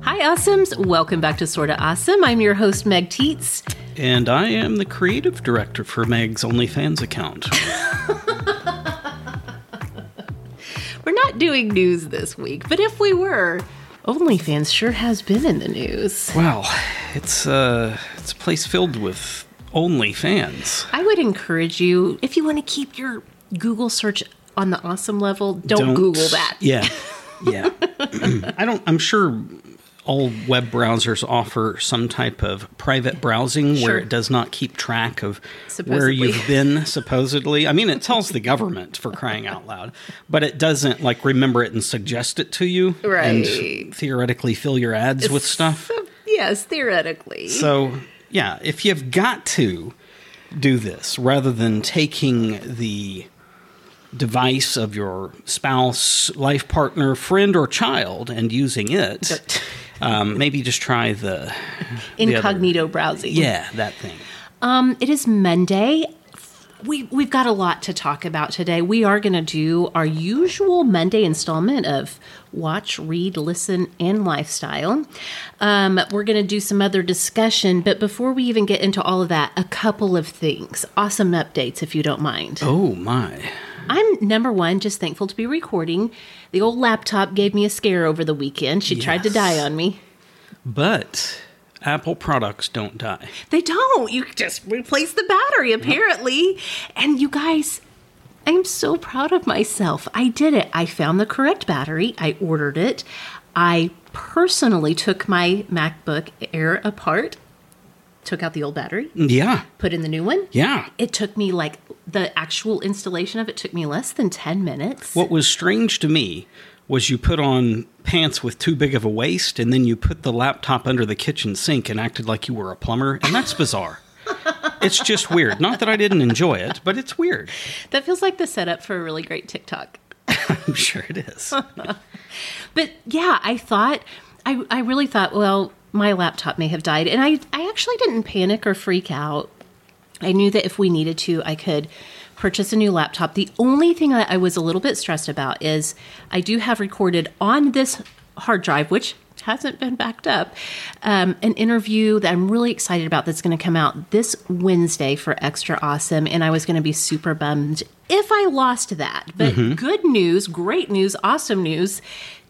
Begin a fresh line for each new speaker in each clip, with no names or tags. Hi, Awesomes. Welcome back to Sorta Awesome. I'm your host, Meg Teets.
And I am the creative director for Meg's OnlyFans account.
We're not doing news this week, but if we were, OnlyFans sure has been in the news.
wow, it's uh, it's a place filled with OnlyFans.
I would encourage you, if you want to keep your Google search on the awesome level, don't, Google that.
Yeah, yeah. I don't. I'm sure all web browsers offer some type of private browsing
Sure.
where it does not keep track of where
Supposedly.
you've been. Supposedly, I mean, it tells the government for crying out loud, but it doesn't like remember it and suggest it to you,
Right.
And theoretically fill your ads with stuff.
Yes, theoretically.
So, yeah, if you've got to do this rather than taking the device of your spouse, life partner, friend, or child and using it, um, maybe just try the the other-
Incognito browsing.
yeah, that thing.
Um, it is Monday. We, we've got a lot to talk about today. We are going to do our usual Monday installment of Watch, Read, Listen, and Lifestyle. Um, we're going to do some other discussion, but before we even get into all of that, a couple of things. Awesome updates, if you don't mind.
Oh my!
I'm number one, just thankful to be recording. The old laptop gave me a scare over the weekend. She tried to
Yes.
die on me.
But Apple products don't die.
They don't. You just replace the battery, apparently. And you guys, I'm so proud of myself. I did it. I found the correct battery. I ordered it. I personally took my MacBook Air apart, took out the old battery,
Yeah,
put in the new one.
yeah.
It took me like the actual installation of it took me less than 10 minutes.
What was strange to me was you put on pants with too big of a waist and then you put the laptop under the kitchen sink and acted like you were a plumber, and that's bizarre. it's just weird. Not that I didn't enjoy it, but it's weird.
That feels like the setup for a really great TikTok.
I'm sure it is.
But yeah, I thought, I, I really thought, well, my laptop may have died. And I, I actually didn't panic or freak out. I knew that if we needed to, I could purchase a new laptop. The only thing that I was a little bit stressed about is I do have recorded on this hard drive, which hasn't been backed up, um, an interview that I'm really excited about that's going to come out this Wednesday for Extra Awesome. And I was going to be super bummed if I lost that. But good news, great news, awesome news.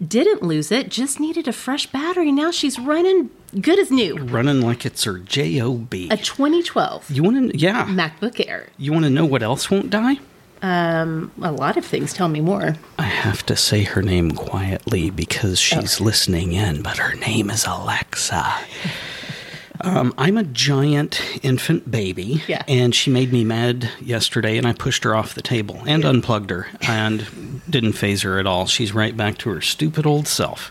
Didn't lose it, just needed a fresh battery. Now she's running good as new.
Running like it's her job.
A 2012
You want to? Yeah.
MacBook Air.
You want to know what else won't die?
a lot of things. Tell me more.
I have to say her name quietly because she's listening in, but her name is Alexa. Um, I'm a giant infant baby,
Yeah.
and she made me mad yesterday, and I pushed her off the table and unplugged her and didn't phase her at all. She's right back to her stupid old self.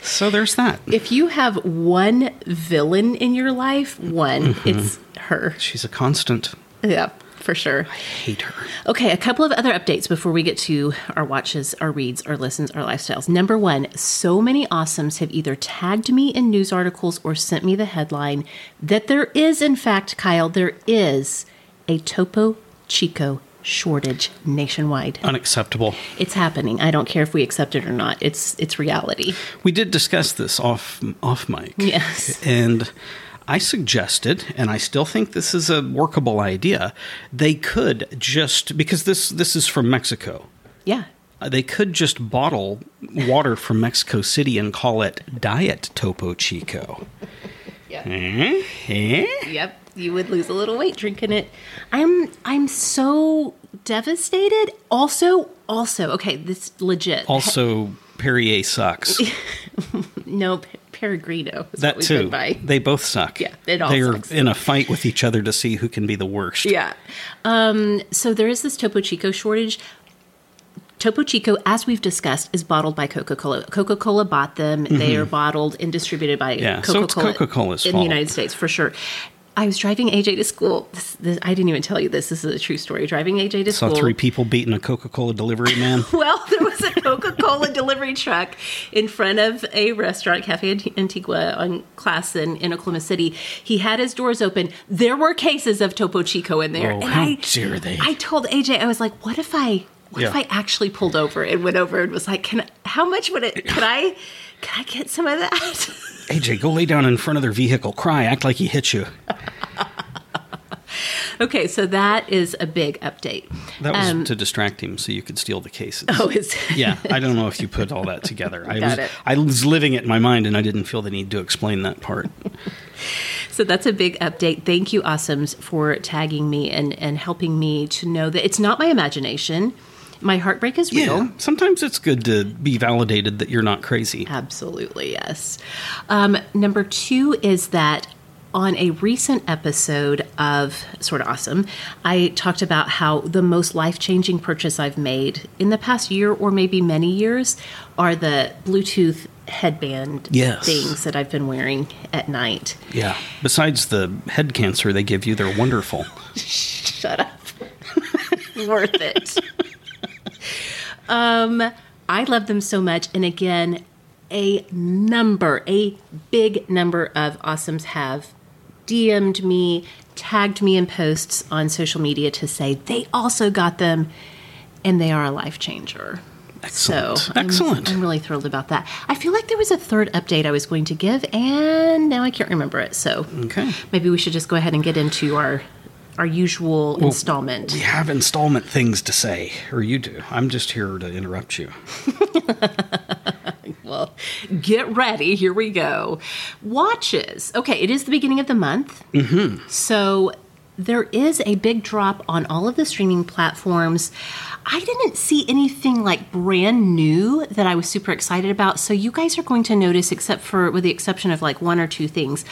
So there's that.
If you have one villain in your life, one, it's her.
She's a constant.
Yeah, for sure.
Hate her.
Okay, a couple of other updates before we get to our watches, our reads, our listens, our lifestyles. Number one, so many awesomes have either tagged me in news articles or sent me the headline that there is, in fact, Kyle, there is a Topo Chico shortage nationwide.
Unacceptable.
It's happening. I don't care if we accept it or not. It's it's reality.
We did discuss this off off mic.
Yes.
And I suggested, and I still think this is a workable idea. They could just because this this is from Mexico.
Yeah.
uh, They could just bottle water from Mexico City and call it Diet Topo Chico.
Yeah.
Eh? Eh?
Yep, you would lose a little weight drinking it. I'm I'm so devastated. Also, also, okay, this legit.
Also, Perrier sucks.
no P- Peregrino. Is what
That
we've
too.
Been by.
They both suck.
Yeah, it all
they are
sucks.
in a fight with each other to see who can be the worst.
Yeah. Um, so there is this Topo Chico shortage. Topo Chico, as we've discussed, is bottled by Coca Cola. Coca Cola bought them. They are bottled and distributed by
Mm-hmm. Yeah, so
Coca
it's
Cola
Coca-Cola's
in
fault.
the United States for sure. I was driving AJ to school. This, this, I didn't even tell you this. This is a true story. Driving AJ to
Saw
school.
three people beating a Coca Cola delivery man.
Well, there was a Coca Cola delivery truck in front of a restaurant, Cafe Ant- Antigua, on Class in, in Oklahoma City. He had his doors open. There were cases of Topo Chico in there.
Oh,
and
how
I,
dare they.
I told AJ, I was like, what if I What if I actually pulled over and went over and was like, "Can how much would it? Can I? Can I get some of that?"
AJ, go lay down in front of their vehicle, cry, act like he hit you.
okay, so that is a big update.
That was
Um,
to distract him so you could steal the cases.
oh, is
yeah, I don't know if you put all that together. I
Got
was
it.
I was living it in my mind and I didn't feel the need to explain that part.
So that's a big update. Thank you, Awesomes, for tagging me and, and helping me to know that it's not my imagination. My heartbreak is real.
Yeah. Sometimes it's good to be validated that you're not crazy.
Uh, Absolutely, yes. Um, number two is that on a recent episode of Sort of Awesome, I talked about how the most life changing purchase I've made in the past year or maybe many years are the Bluetooth headband
Yes.
things that I've been wearing at night.
Yeah. Besides the head cancer they give you, they're wonderful.
Shut up. Worth it. um, I love them so much. And again, a number, a big number of awesomes have DM'd me, tagged me in posts on social media to say they also got them and they are a life changer.
Excellent.
So I'm-
Excellent.
I'm really thrilled about that. I feel like there was a third update I was going to give, and now I can't remember it. So
Okay.
Maybe we should just go ahead and get into our our usual installment.
We have installment things to say, or you do. I'm just here to interrupt you.
Well, get ready. Here we go. Watches. Okay, it is the beginning of the month. Mm-hmm. So there is a big drop on all of the streaming platforms. I didn't see anything like brand new that I was super excited about. So you guys are going to notice, except for with the exception of like one or two things,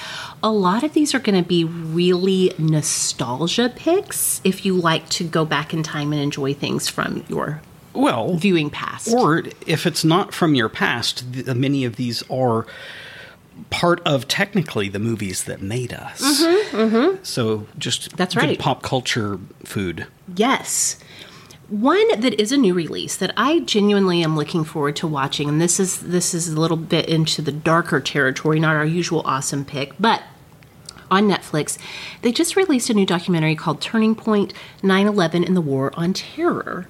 a lot of these are going to be really nostalgia picks if you like to go back in time and enjoy things from your
Well,
viewing past.
Or if it's not from your past, th- uh, many of these are part of technically the movies that made us. So just
Mm-hmm, That's
good
right.
pop culture food.
Yes. One that is a new release that I genuinely am looking forward to watching, and this is this is a little bit into the darker territory, not our usual awesome pick, but on Netflix, they just released a new documentary called Turning Point 9 11 and the War on Terror.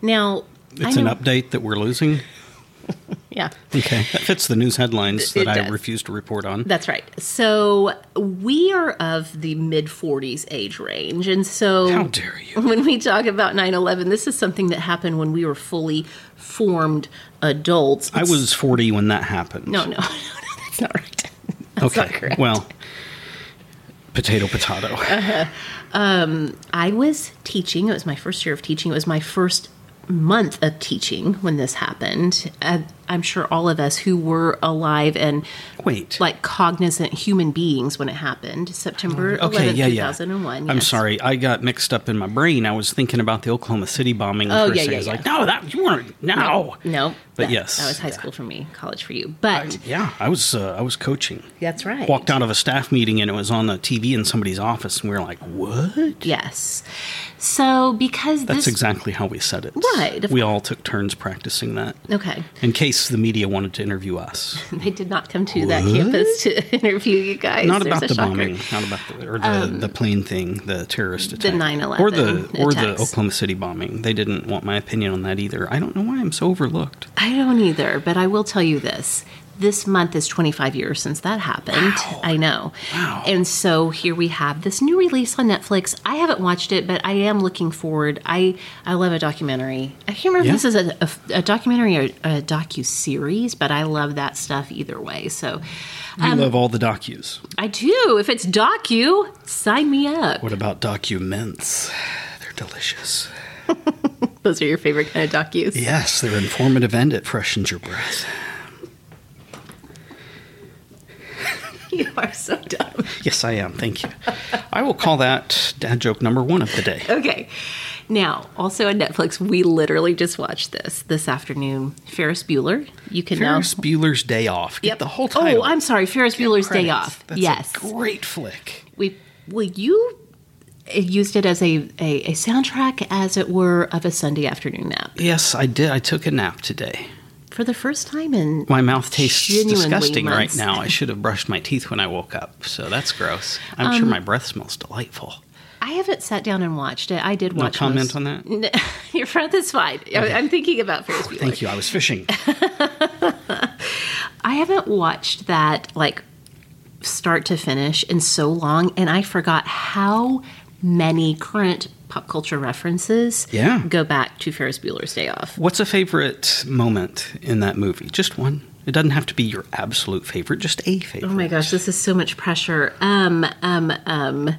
Now,
It's
I
an
know,
update that we're losing.
yeah,
Okay, that fits the news headlines
It
that I
does.
refuse to report on.
that's right. So we are of the mid 40s age range, and so
How dare you?
when we talk about 9-11 this is something that happened when we were fully formed adults
I was 40 when that happened.
no no no, no that's not right
okay.
not correct. Uh,
Well, potato, potato.
i was teaching it was my first year of teaching it was my first month of teaching when this happened I, i'm sure all of us who were alive and
Wait.
like cognizant human beings when it happened september 11th, 2001
I'm
yes.
sorry, I got mixed up in my brain. I was thinking about the Oklahoma City bombing.
Oh,
for a
yeah,
second.
yeah,
I was
yeah.
like, no, that you weren't. No,
no
But
that-
yes,
that was high
yeah.
school for me college for you but
Yeah, I was. Uh, I was coaching.
that's right
Walked out of a staff meeting and it was on the TV in somebody's office, and we were like, what?
yes so because
That's
this
exactly how we said it.
Right, of
We all took turns practicing that
okay
in case the media wanted to interview us.
They did not come to that
What?
campus to interview you guys.
Not
There's
about
a
the
shocker. Um,
bombing, not about the, or the, the plane thing, the terrorist attack,
9/11
or the or
attacks.
the Oklahoma City bombing. They didn't want my opinion on that either. I don't know why I'm so overlooked.
I don't either, but I will tell you this. This month is 25 years since that happened. I know.
Wow.
And so here we have this new release on Netflix. I haven't watched it, but I am looking forward. I, I love a documentary. I can't remember
Yeah.
if this is a, a, a documentary or a docu series, but I love that stuff either way. So um,
You love all the docus.
I do. If it's docu, sign me up.
What about documents? They're delicious.
Those are your favorite kind of docus.
Yes, they're informative and it freshens your breath.
You are so dumb.
Yes, I am. Thank you. I will call that dad joke number one of the day.
Okay. Now, also on Netflix, we literally just watched this this afternoon. Ferris Bueller. You can
Ferris
now.
Bueller's Day Off. Get
Yep.
the whole title.
Oh, I'm sorry. Ferris Bueller's Day
Credits.
Off.
That's a
yes.
great flick.
we well you uh, used it as a, a, a soundtrack, as it were, of a Sunday afternoon nap
Yes, I did. I took a nap today.
for the first time in.
My mouth tastes
Genuinely
disgusting
months.
right
Um,
now. I should have brushed my teeth when I woke up, so that's gross. I'm sure my breath smells delightful.
I haven't sat down and watched it. I did
No
watch.
comment
most-
on that?
No, your breath is fine. I, I'm thinking about Ferris Bueller.
Thank you. I was fishing.
I haven't watched that like start to finish in so long, and I forgot how many current pop culture references
Yeah.
go back to Ferris Bueller's Day Off.
What's a favorite moment in that movie? Just one. It doesn't have to be your absolute favorite, just a favorite.
Oh my gosh, this is so much pressure. Um, um, um.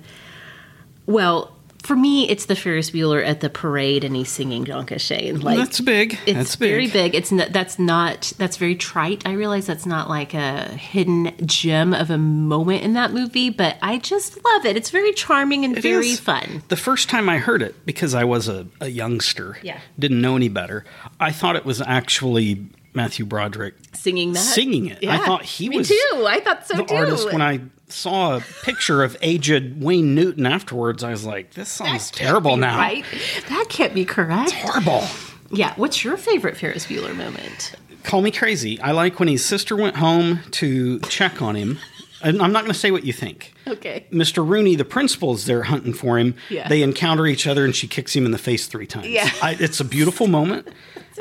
Well, for me, it's the Ferris Bueller at the parade, and he's singing Don Shane. Like
that's big.
it's
that's big.
very big. It's n- that's not that's very trite. I realize that's not like a hidden gem of a moment in that movie, but I just love it. It's very charming and
It
very
is.
fun.
The first time I heard it, because I was a, a youngster,
Yeah.
didn't know any better, I thought it was actually Matthew Broderick
Singing that,
singing it. I
Yeah.
thought he
me
was
too. I thought so
the
too.
artist. When I saw a picture of aged Wayne Newton afterwards, I was like, this sounds terrible now.
right? That can't be correct.
Horrible.
Yeah. What's your favorite Ferris Bueller moment?
Call me crazy. I like when his sister went home to check on him. And I'm not going to say what you think.
Okay.
Mr. Rooney, the principal's there hunting for him.
Yeah.
They encounter each other and she kicks him in the face three times.
Yeah.
I, it's a beautiful moment.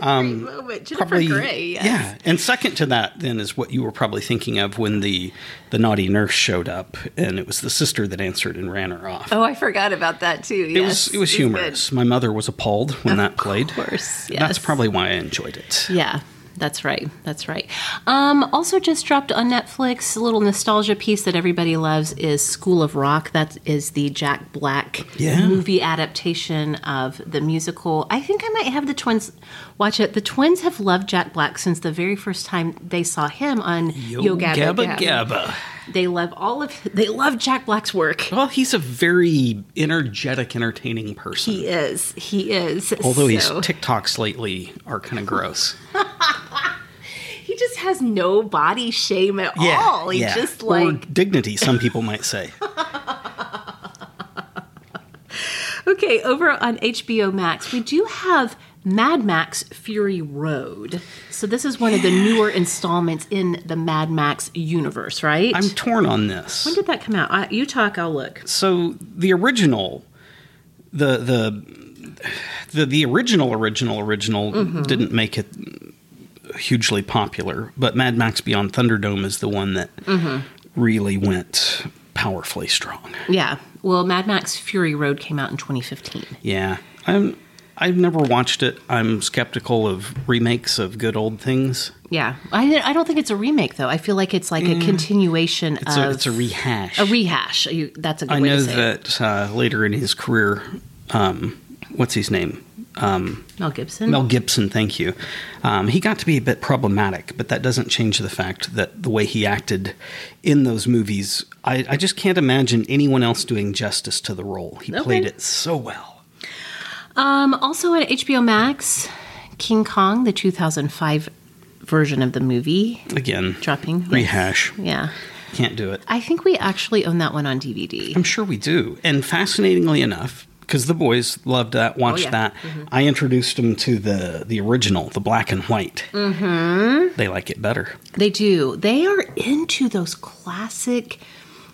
Great moment. Jennifer
Um, Probably,
Grey. Yes.
yeah. And second to that, then, is what you were probably thinking of when the the naughty nurse showed up, and it was the sister that answered and ran her off.
Oh, I forgot about that too.
it was it was humorous. My mother was appalled when that played.
Of course. Yes.
That's probably why I enjoyed it.
Yeah, that's right. That's right. Um, also, just dropped on Netflix a little nostalgia piece that everybody loves is School of Rock. That is the Jack Black
Yeah.
movie adaptation of the musical. I think I might have the twins watch it. The twins have loved Jack Black since the very first time they saw him on Yo, Gabba,
Gabba
Gabba
Gabba.
They love all of. They love Jack Black's work.
Well, he's a very energetic, entertaining person.
He is. He is.
Although his
So-
TikToks lately are kind of gross.
he just has no body shame at all. Oh, He just like
or dignity, some people might say.
Okay, over on HBO Max, we do have Mad Max Fury Road. So this is one of the newer installments in the Mad Max universe, right?
I'm torn on this.
when did that come out? I, you talk, I'll look.
so the original the the the, the original original original
Mm-hmm.
didn't make it hugely popular but mad max beyond thunderdome is the one that
Mm-hmm.
really went powerfully strong
Yeah. Well, Mad Max Fury Road came out in 2015.
yeah i'm i've never watched it i'm skeptical of remakes of good old things
Yeah. I, I don't think it's a remake though. I feel like it's like a continuation
Mm. it's,
of
a, it's a rehash
a rehash. You, that's a good
I
way
know
to say it.
that uh, later in his career, um, what's his name?
Mel Gibson.
Mel Gibson, thank you. Um, he got to be a bit problematic, but that doesn't change the fact that the way he acted in those movies, I, I just can't imagine anyone else doing justice to the role. He
Okay.
played it so well.
Um, also on HBO Max, King Kong, the 2005 version of the movie,
Again,
dropping.
rehash.
Yeah.
Can't do it.
I think we actually own that one on DVD.
I'm sure we do. And fascinatingly enough, because the boys loved that, watched
yeah.
that, I introduced them to the, the original, the black and white. Mm-hmm. They like it better.
They do. They are into those classic,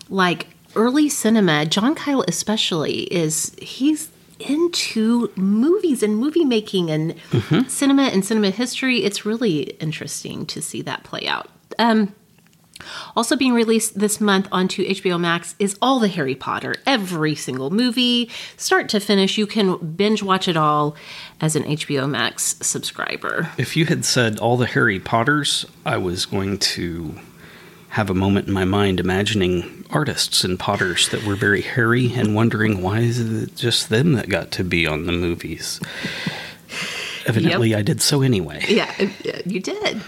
like early cinema. John Kyle, especially, is he's into movies and movie making and cinema and cinema history. It's really interesting to see that play out. Um, also being released this month onto HBO Max is all the Harry Potter, every single movie, start to finish. You can binge watch it all as an HBO Max subscriber.
If you had said all the Harry Potters, I was going to have a moment in my mind imagining artists and potters that were very hairy and wondering why is it just them that got to be on the movies. Evidently, I did so anyway.
yeah, uh, you did.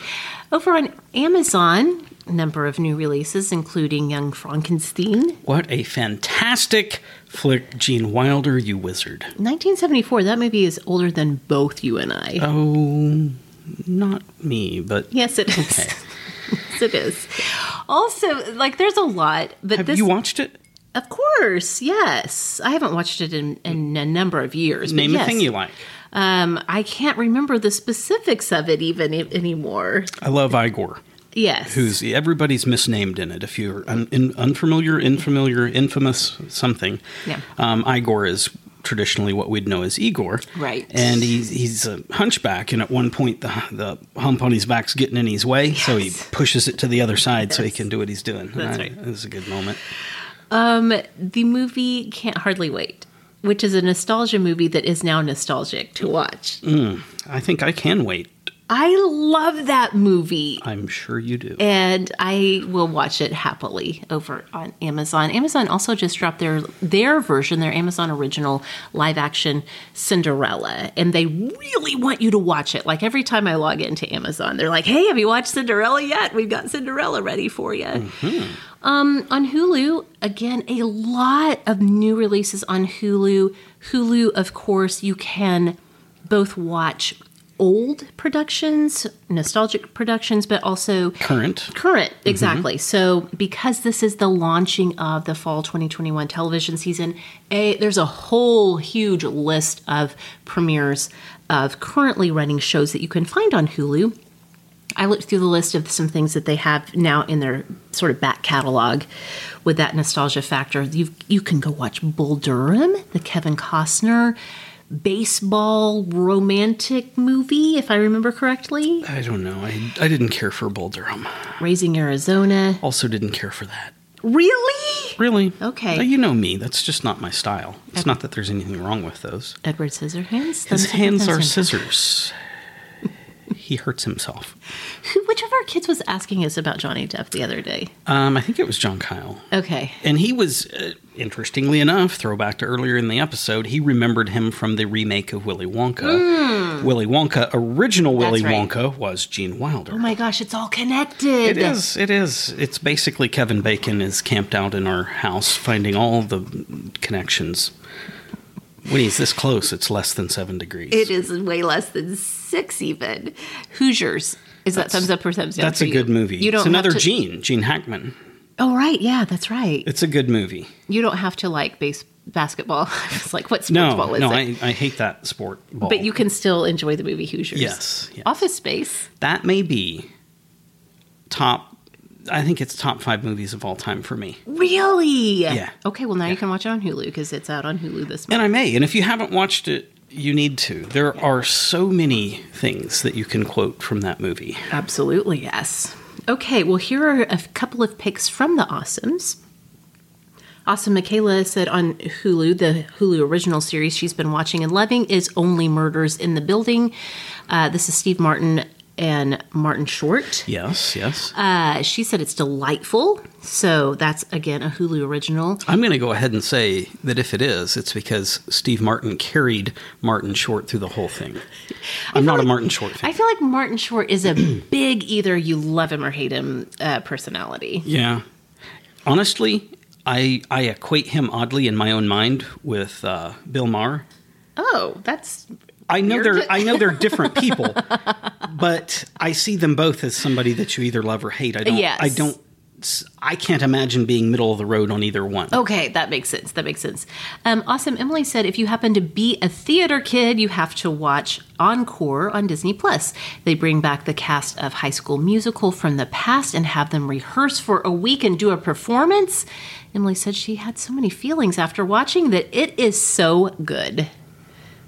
Over on Amazon, a number of new releases, including Young Frankenstein,
What a fantastic flick, Gene Wilder, you wizard.
1974. That movie is older than both you and I.
Oh, not me, but
yes, it is.
Okay.
yes, it is. Also, like, there's a lot, but
have
this,
you watched it?
of course, yes. I haven't watched it in, in a number of years. but
Name
yes.
a thing you like.
Um, I can't remember the specifics of it even i- e-, anymore.
I love Igor.
Yes.
who's everybody's misnamed in it. If you're un, in, unfamiliar, infamiliar, infamous, something.
Yeah.
Um, Igor is traditionally what we'd know as Igor.
Right.
And he's he's a hunchback, and at one point the the hump on his back's getting in his way, so he
Yes.
pushes it to the other side so he can do what he's doing. And
That's
I-
right.
It was a good moment.
the movie Can't Hardly Wait, which is a nostalgia movie that is now nostalgic to watch.
I think I can wait.
I love that movie.
I'm sure you do.
And I will watch it happily over on Amazon. Amazon also just dropped their their version, their Amazon original live action Cinderella, and they really want you to watch it. Like every time I log into Amazon, they're like, "Hey, have you watched Cinderella yet? We've got Cinderella ready for you." Um, on Hulu, again, a lot of new releases on Hulu. Hulu, of course, you can both watch old productions, nostalgic productions, but also
Current.
current. Exactly. So, because this is the launching of the fall 2021 television season, a, there's a whole huge list of premieres of currently running shows that you can find on Hulu. I looked through the list of some things that they have now in their sort of back catalog with that nostalgia factor. You you can go watch Bull Durham, the Kevin Costner baseball romantic movie, if I remember correctly.
I don't know. I, I didn't care for Bull Durham.
Raising Arizona.
Also didn't care for that.
Really?
Really?
Okay.
Now, you know me. That's just not my style. It's not that there's anything wrong with those.
Edward Scissorhands.
His
Thumbs up,
hands are
thumbs down.
scissors. he hurts himself.
Who- Which of our kids was asking us about Johnny Depp the other day?
Um, I think it was John Kyle.
Okay.
And he was, uh, interestingly enough, throwback to earlier in the episode, he remembered him from the remake of Willy Wonka. Willy Wonka, original Willy
Hmm. right.
Wonka, was Gene Wilder.
Oh my gosh, it's all connected.
It is. It is. It's basically Kevin Bacon is camped out in our house, finding all the connections. When he's this close, it's less than seven degrees.
It is way less than six, even. Hoosiers. Is that thumbs up or thumbs down?
That's
for
a
you?
good movie.
You don't
it's another
have to,
Gene, Gene Hackman.
Oh right, yeah, that's right.
It's a good movie.
You don't have to like base basketball. it's like what sports
No,
ball is
no,
it?
I, I hate that sport ball.
but you can still enjoy the movie Hoosiers.
Yes, yes.
Office Space.
that may be top. I think it's top five movies of all time for me.
Really?
Yeah.
Okay, well now you can watch it on Hulu because it's out on Hulu this month.
And I may. And if you haven't watched it, you need to. There are so many things that you can quote from that movie.
Absolutely, yes. Okay, well, here are a couple of picks from the Awesomes. Awesome Michaela said on Hulu, the Hulu original series she's been watching and loving is Only Murders in the Building. Uh, this is Steve Martin and Martin Short.
Yes, yes.
Uh, she said it's delightful. So that's, again, a Hulu original.
I'm going to go ahead and say that if it is, it's because Steve Martin carried Martin Short through the whole thing. I'm not a Martin Short fan.
I feel like Martin Short is a big either you love him or hate him uh, personality.
Yeah. Honestly, I I equate him oddly in my own mind with uh, Bill Maher.
Oh, that's
I know
Weird.
they're I know they're different people, but I see them both as somebody that you either love or hate. I don't.
Yes.
I don't. s- I can't imagine being middle of the road on either one.
Okay, that makes sense. That makes sense. Um, awesome. Emily said, if you happen to be a theater kid, you have to watch Encore on Disney Plus. They bring back the cast of High School Musical from the past and have them rehearse for a week and do a performance. Emily said she had so many feelings after watching that it is so good.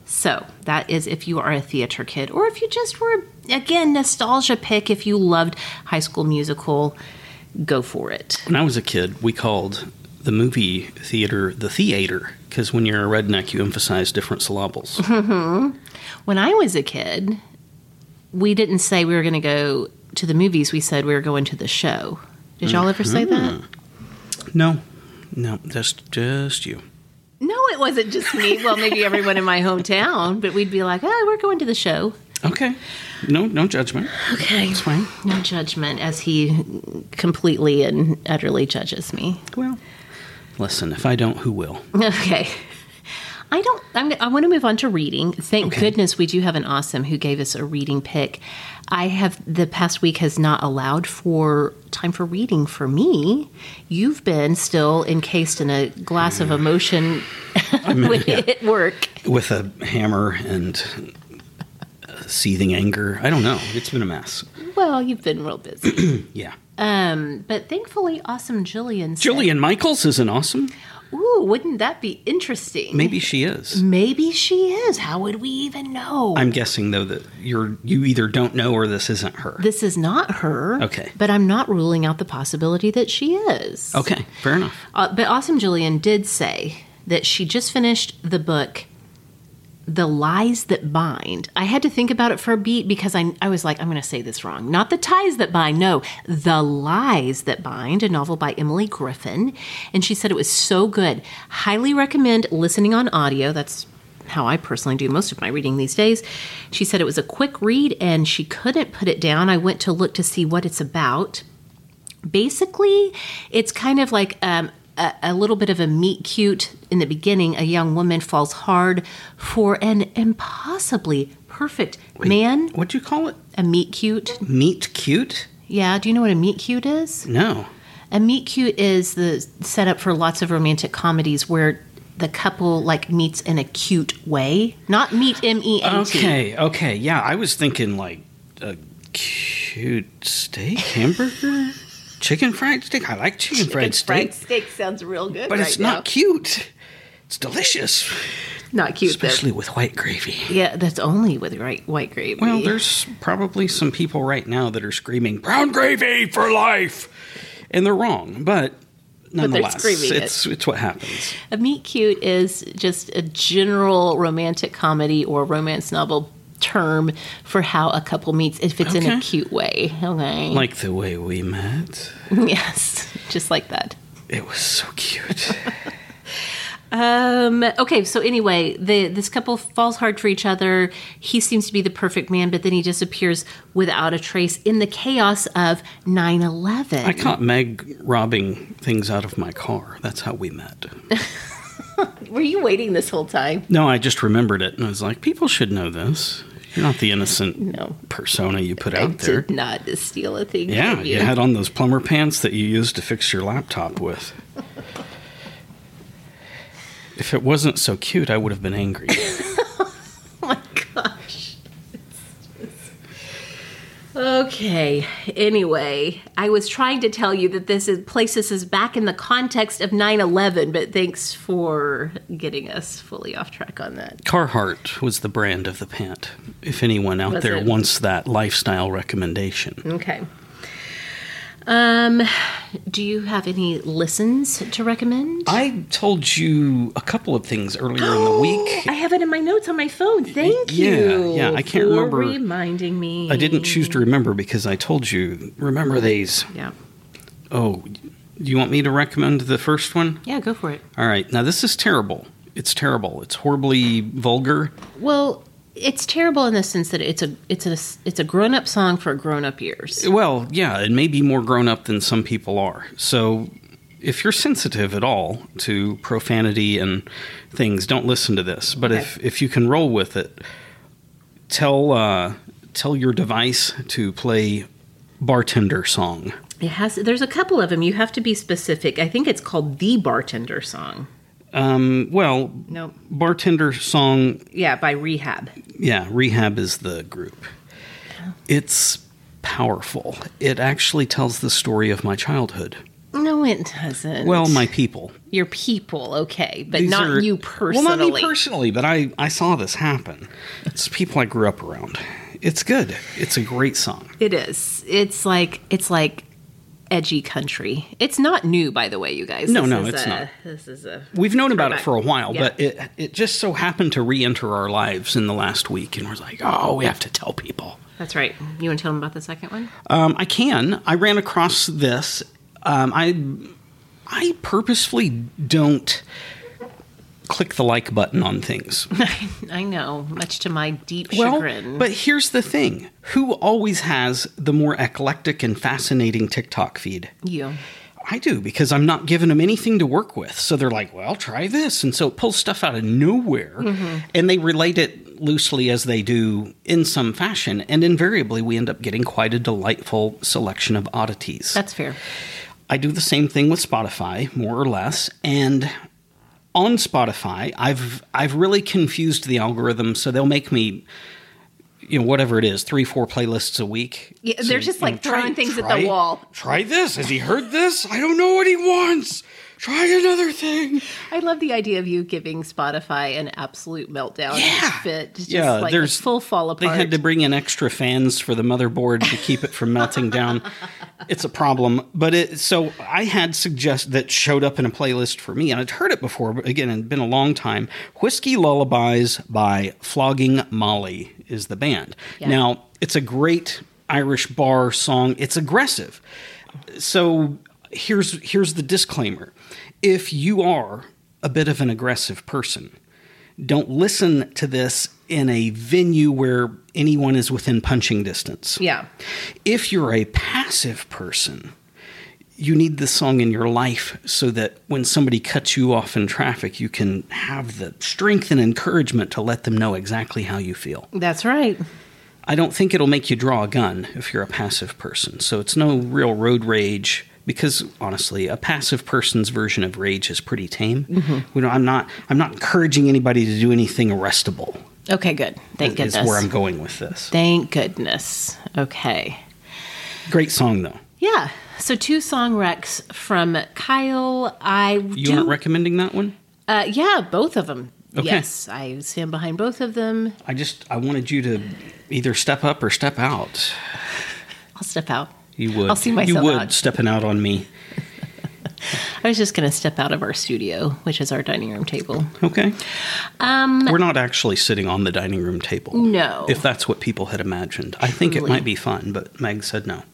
So that is if you are a theater kid, or if you just were again nostalgia pick. If you loved High School Musical, go for it.
When I was a kid, we called the movie theater the theater because when you're a redneck, you emphasize different syllables.
Mm-hmm. When I was a kid, we didn't say we were going to go to the movies. We said we were going to the show. Did y'all ever say that?
no, no, just just you.
No, it wasn't just me. Well, maybe everyone in my hometown, but we'd be like, oh, we're going to the show.
Okay, no, no judgment.
Okay.
It's fine.
No judgment as he completely and utterly judges me.
Well, listen, if I don't, who will?
Okay. I don't. I'm, I want to move on to reading. Thank
Okay.
goodness we do have an awesome who gave us a reading pick. I have the past week has not allowed for time for reading for me. You've been still encased in a glass of emotion
I mean, yeah.
at work.
with a hammer and a seething anger. I don't know. It's been a mess.
Well, you've been real busy.
Yeah.
um, but thankfully, awesome Jillian. said-
Jillian Michaels isn't awesome.
Ooh, wouldn't that be interesting?
Maybe she is.
Maybe she is. How would we even know?
I'm guessing though that you're you either don't know or this isn't her.
this is not her.
Okay.
But I'm not ruling out the possibility that she is.
Okay, fair enough.
Uh, but Awesome Jillian did say that she just finished the book, The Lies That Bind. I had to think about it for a beat because I, I was like, I'm going to say this wrong. Not The Ties That Bind, no, The Lies That Bind, a novel by Emily Griffin. And she said it was so good. Highly recommend listening on audio. That's how I personally do most of my reading these days. She said it was a quick read and she couldn't put it down. I went to look to see what it's about basically it's kind of like um, a, a little bit of a meet cute in the beginning a young woman falls hard for an impossibly perfect man
What'd you call it?
a meet cute
Meet cute?
yeah do you know what a meet cute is
No.
a meet cute is the setup for lots of romantic comedies where the couple like meets in a cute way not meet E m-e-n-t
Okay, okay. Yeah, I was thinking like a cute steak hamburger? chicken fried steak? I like chicken, fried steak.
fried steak sounds real good
but
right
it's
now.
not cute. It's delicious,
not cute though.
especially with white gravy.
yeah that's only with right white gravy
Well, there's probably some people right now that are screaming brown gravy for life, and they're wrong. But nonetheless,
screaming it.
it's it's what happens.
A meet cute is just a general romantic comedy or romance novel term for how a couple meets if it's in
Okay.
a cute way. Okay.
Like the way we met,
yes, just like that.
it was so cute.
Um, okay, so anyway, the, this couple falls hard for each other. He seems to be the perfect man, but then he disappears without a trace in the chaos of 9 11.
I caught Meg robbing things out of my car. That's how we met.
Were you waiting this whole time?
No, I just remembered it and I was like, people should know this. You're not the innocent
No.
persona you put
I
out there.
did not steal a thing
Yeah,
from
you
you.
had on those plumber pants that you used to fix your laptop with. If it wasn't so cute, I would have been angry.
Oh my gosh. Okay. Anyway, I was trying to tell you that this is places is back in the context of 9/11, but thanks for getting us fully off track on that.
Carhartt was the brand of the pant. If anyone out
Was
there
it?
wants that lifestyle recommendation,
Okay. Um, do you have any listens to recommend?
I told you a couple of things earlier in the week.
I have it in my notes on my phone. Thank
yeah,
you.
yeah, I can't
for
remember-
reminding me.
I didn't choose to remember because I told you, remember these.
Yeah.
Oh, do you want me to recommend the first one?
Yeah, go for it.
All right. Now, this is terrible. It's terrible. It's horribly vulgar.
Well, it's terrible in the sense that it's a it's a it's a grown up song for grown up ears.
Well, yeah, it may be more grown up than some people are. So if you're sensitive at all to profanity and things, don't listen to this. But if, if you can roll with it, tell uh, tell your device to play bartender song.
It has there's a couple of them. You have to be specific. I think it's called the bartender song.
Um, well,
Nope.
bartender song
Yeah, by Rehab.
Yeah, Rehab is the group. It's powerful. It actually tells the story of my childhood.
No, it doesn't.
Well, my people.
your people, okay, but
These
not
are-
you personally.
Well, not me personally, but I, I saw this happen. It's people I grew up around. It's good. It's a great song.
It is. It's like it's like edgy country. It's not new, by the way, you guys.
No,
This
no,
is
it's
a-
not.
This is a
We've known about it
Throwback.
for a while,
Yeah.
but it it just so happened to re-enter our lives in the last week, and we're like, oh, we have to tell people.
that's right. You want to tell them about the second one?
Um, I can. I ran across this. Um, I I purposefully don't click the like button on things.
I know, much to my deep chagrin.
Uh, but here's the thing: who always has the more eclectic and fascinating TikTok feed?
you.
I do because I'm not giving them anything to work with. So they're like, well, try this. And so it pulls stuff out of nowhere and they relate it loosely as they do in some fashion. And invariably, we end up getting quite a delightful selection of oddities.
That's fair.
I do the same thing with Spotify, more or less, and on Spotify, I've I've really confused the algorithm, so they'll make me you know whatever it is, three four playlists a week.
Yeah, they're just, like, throwing things at the wall.
Try this. Has he heard this? I don't know what he wants. Try another thing.
I love the idea of you giving Spotify an absolute meltdown
Yeah.
fit. Just
Yeah,
like
there's-
a full fall
They
apart.
had to bring in extra fans for the motherboard to keep it from melting down. It's a problem, but it so I had suggest that showed up in a playlist for me, and I'd heard it before, but again, it'd been a long time. Whiskey Lullabies by Flogging Molly is the band.
Yeah.
Now it's a great Irish bar song. It's aggressive. So here's here's the disclaimer: if you are a bit of an aggressive person don't listen to this in a venue where anyone is within punching distance.
yeah.
If you're a passive person, you need this song in your life so that when somebody cuts you off in traffic, you can have the strength and encouragement to let them know exactly how you feel.
That's right.
I don't think it'll make you draw a gun if you're a passive person. So it's no real road rage because honestly, a passive person's version of rage is pretty tame.
Mm-hmm.
We don't, I'm not I'm not encouraging anybody to do anything arrestable.
Okay, good. Thank
is
goodness.
where I'm going with this.
Thank goodness. Okay.
Great song though.
Yeah. So two song recs from Kyle. I
You
do.
aren't recommending that one?
uh, yeah, both of them.
Okay.
Yes, I stand behind both of them.
I just I wanted you to either step up or step out.
I'll step out.
You would.
I'll see myself
You would
out.
stepping out on me.
I was just going to step out of our studio, which is our dining room table.
Okay. Um, We're not actually sitting on the dining room table.
No.
If that's what people had imagined. I think it
Truly.
might be fun, but Meg said no.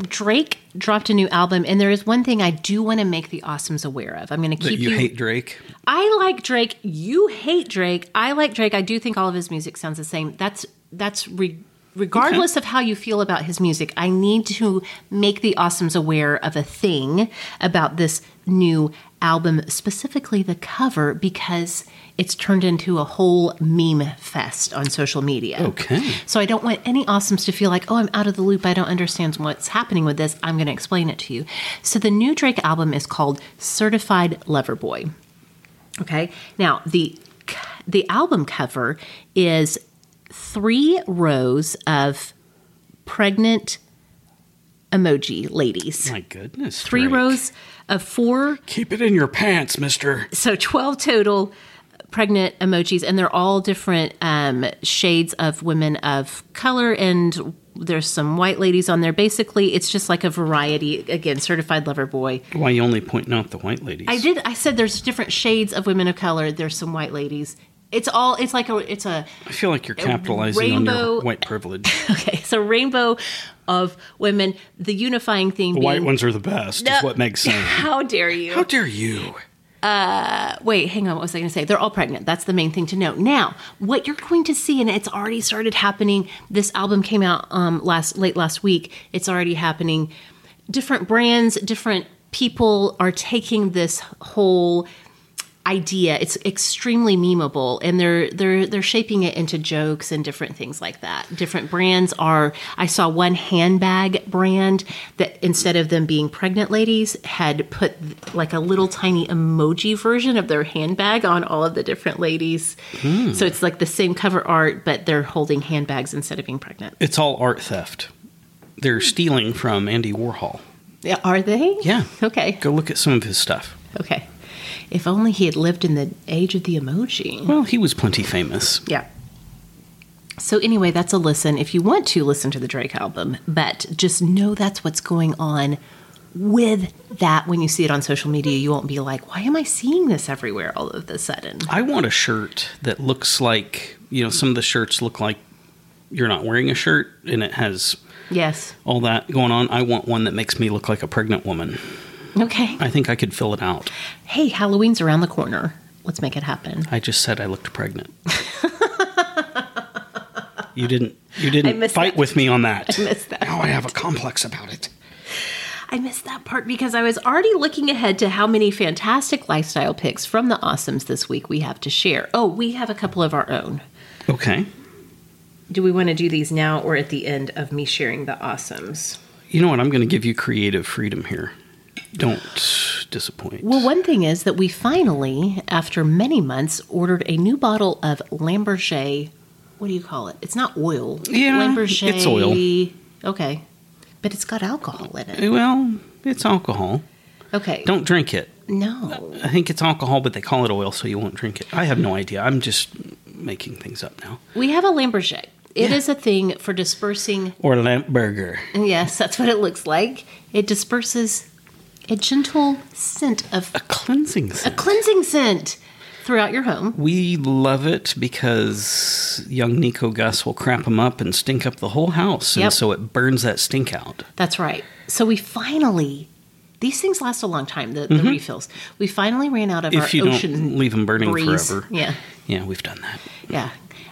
Drake dropped a new album, and there is one thing I do want to make the awesomes aware of. I'm going to
That
keep
you, hate Drake?
I like Drake. You hate Drake. I like Drake. I do think all of his music sounds the same. That's that's re- regardless of how you feel about his music. I need to make the awesomes aware of a thing about this new album, specifically the cover, because it's turned into a whole meme fest on social media.
Okay.
So I don't want any awesomes to feel like, oh, I'm out of the loop. I don't understand what's happening with this. I'm going to explain it to you. So the new Drake album is called Certified Lover Boy. Okay. Now the c- the album cover is three rows of pregnant emoji ladies.
My goodness.
Three
Drake.
rows of four
Keep it in your pants, mister.
so 12 total pregnant emojis and they're all different um, shades of women of color and there's some white ladies on there basically it's just like a variety again certified lover boy
Why you only pointing out the white ladies?
i did i said there's different shades of women of color there's some white ladies it's all it's like a it's a
I feel like you're capitalizing on your
rainbow-
white privilege.
okay it's a rainbow of women the unifying theme
The white
being
ones are the best, is what Meg's saying.
how dare you
How dare you?
wait, hang on. What was I going to say? They're all pregnant. That's the main thing to know. Now, what you're going to see, and it's already started happening. This album came out um, last late last week. It's already happening. Different brands, different people are taking this whole idea. It's extremely memeable, and they're they're they're shaping it into jokes and different things like that. Different brands are. I saw one handbag brand that instead of them being pregnant ladies, had put like a little tiny emoji version of their handbag on all of the different ladies. So it's like the same cover art, but they're holding handbags instead of being pregnant.
It's all art theft. They're stealing from Andy Warhol.
Yeah, Are they?
Yeah.
Okay.
Go look at some of his stuff.
Okay. If only he had lived in the age of the emoji.
Well, he was plenty famous.
Yeah. So anyway, that's a listen if you want to listen to the Drake album, but just know that's what's going on with that when you see it on social media. You won't be like, "Why am I seeing this everywhere all of a sudden?"
I want a shirt that looks like, you know, some of the shirts look like you're not wearing a shirt and it has
Yes.
all that going on. I want one that makes me look like a pregnant woman.
Okay.
I think I could fill it out.
Hey, Halloween's around the corner. Let's make it happen.
I just said I looked pregnant. you didn't you didn't
missed
fight
that.
with me on that.
I missed that.
Now I have a complex about it.
I missed that part because I was already looking ahead to how many fantastic lifestyle picks from the Awesomes this week we have to share. Oh, we have a couple of our own.
Okay.
Do we want to do these now or at the end of me sharing the Awesomes?
You know what? I'm going to give you creative freedom here. Don't disappoint.
Well, one thing is that we finally, after many months, ordered a new bottle of Lamberger what do you call it? It's not oil.
Yeah,
Limberger-
it's oil.
Okay, but it's got alcohol in it.
Well, it's alcohol.
Okay,
Don't drink it.
no.
I think it's alcohol, but they call it oil, so you won't drink it. I have no idea. I'm just making things up now.
We have a Lamberger. It is
Yeah.
a thing for dispersing.
Or lamp burger.
Yes, that's what it looks like. It disperses a gentle scent of
A cleansing
a
scent.
cleansing scent throughout your home.
we love it because young Nico Gus will crap them up and stink up the whole house. And
Yep.
so it burns that stink out.
That's right. So we finally, these things last a long time. The, the refills. We finally ran out of
Mm-hmm. If
our
you
ocean
don't leave them burning
breeze.
forever.
Yeah,
Yeah, we've done that.
yeah.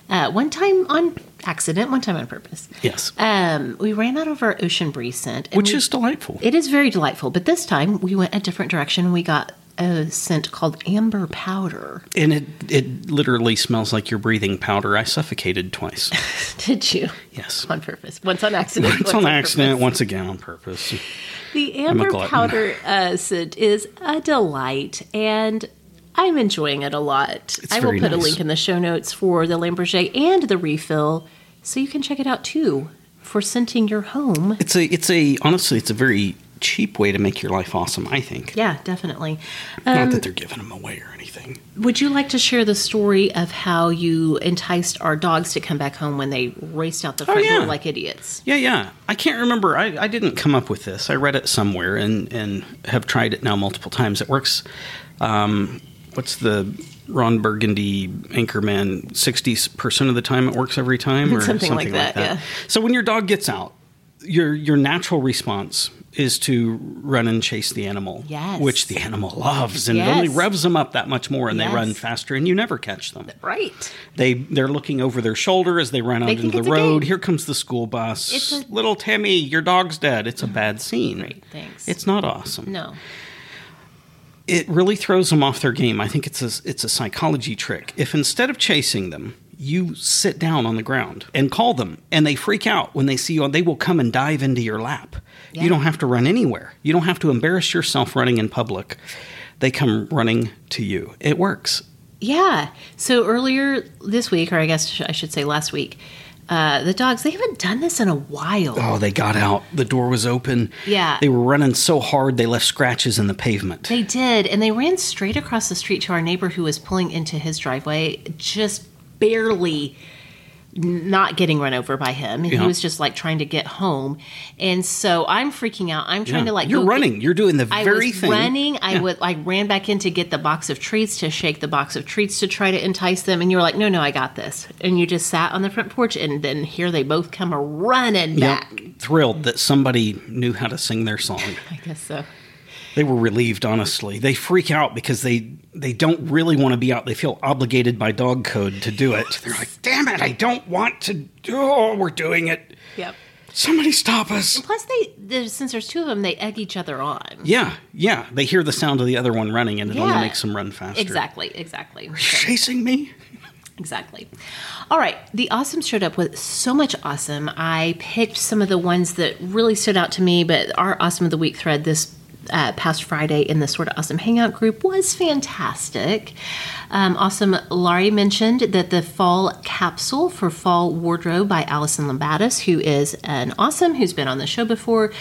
Uh, one time on accident, one time on purpose.
Yes.
Um, we ran out of our ocean breeze scent, and
Which
we-
is delightful.
it is very delightful. But this time we went a different direction. We got a scent called amber powder.
and it, it literally smells like you're breathing powder. I suffocated twice.
Did you?
Yes.
On purpose. Once on accident.
It's on accident,
purpose.
once again on purpose.
The amber
glutton.
powder uh, scent is a delight, and I'm enjoying it a lot. I will
very
put a
nice.
link in the show notes for the Lamberger and the refill, so you can check it out too for scenting your home.
It's a it's a honestly it's a very cheap way to make your life awesome. I think.
Yeah, definitely. Um,
Not that they're giving them away or anything.
Would you like to share the story of how you enticed our dogs to come back home when they raced out the front
Oh, yeah.
door like idiots?
Yeah, yeah. I can't remember. I, I didn't come up with this. I read it somewhere and and have tried it now multiple times. It works. Um, what's the Ron Burgundy Anchorman? Sixty percent of the time it works every time, or
Something
something,
like that, yeah.
So when your dog gets out, your your natural response is to run and chase the animal,
Yes.
which the animal loves, and it only
Yes.
revs them up that much more, and
Yes.
they run faster, and you never catch them.
Right.
They they're looking over their shoulder as they run out
They think
into the
it's a
road.
game.
Here comes the school bus.
It's a-
Little Timmy, your dog's dead. It's a bad scene.
Great, thanks.
It's not awesome.
No.
It really throws them off their game. I think it's a it's a psychology trick. If instead of chasing them, you sit down on the ground and call them, and they freak out when they see you. They will come and dive into your lap.
Yeah.
You don't have to run anywhere. You don't have to embarrass yourself running in public. They come running to you. It works.
Yeah. So earlier this week, or I guess I should say last week, uh, the dogs, they haven't done this in a while.
Oh, they got out. The door was open.
Yeah.
They were running so hard they left scratches in the pavement.
They did. And they ran straight across the street to our neighbor who was pulling into his driveway, just barely n- not getting run over by him. And He
Yeah.
was just like trying to get home. And so I'm freaking out. I'm trying
Yeah.
to like.
You're
go get-
running. You're doing the
I
very
was
thing.
running. I would I ran back in to get the box of treats to shake the box of treats to try to entice them, and you were like, "No, no, I got this." And you just sat on the front porch, and then here they both come a running
Yep.
back.
Thrilled that somebody knew how to sing their song.
I guess so.
they were relieved, honestly. They freak out because they they don't really want to be out. They feel obligated by dog code to do it. They're like, damn it, I don't want to do oh, we're doing it.
Yep.
Somebody stop us.
Plus, they the, since there's two of them, they egg each other on.
Yeah, yeah. They hear the sound of the other one running and it
Yeah.
only makes them run faster.
Exactly. Exactly. So,
Chasing me?
exactly. All right. The awesome showed up with so much awesome. I picked some of the ones that really stood out to me, but our awesome of the week thread this. Uh, past Friday in the sort of awesome hangout group was fantastic. Um, awesome. Laurie mentioned that the fall capsule for fall wardrobe by Allison Lombatis, who is an awesome, who's been on the show before,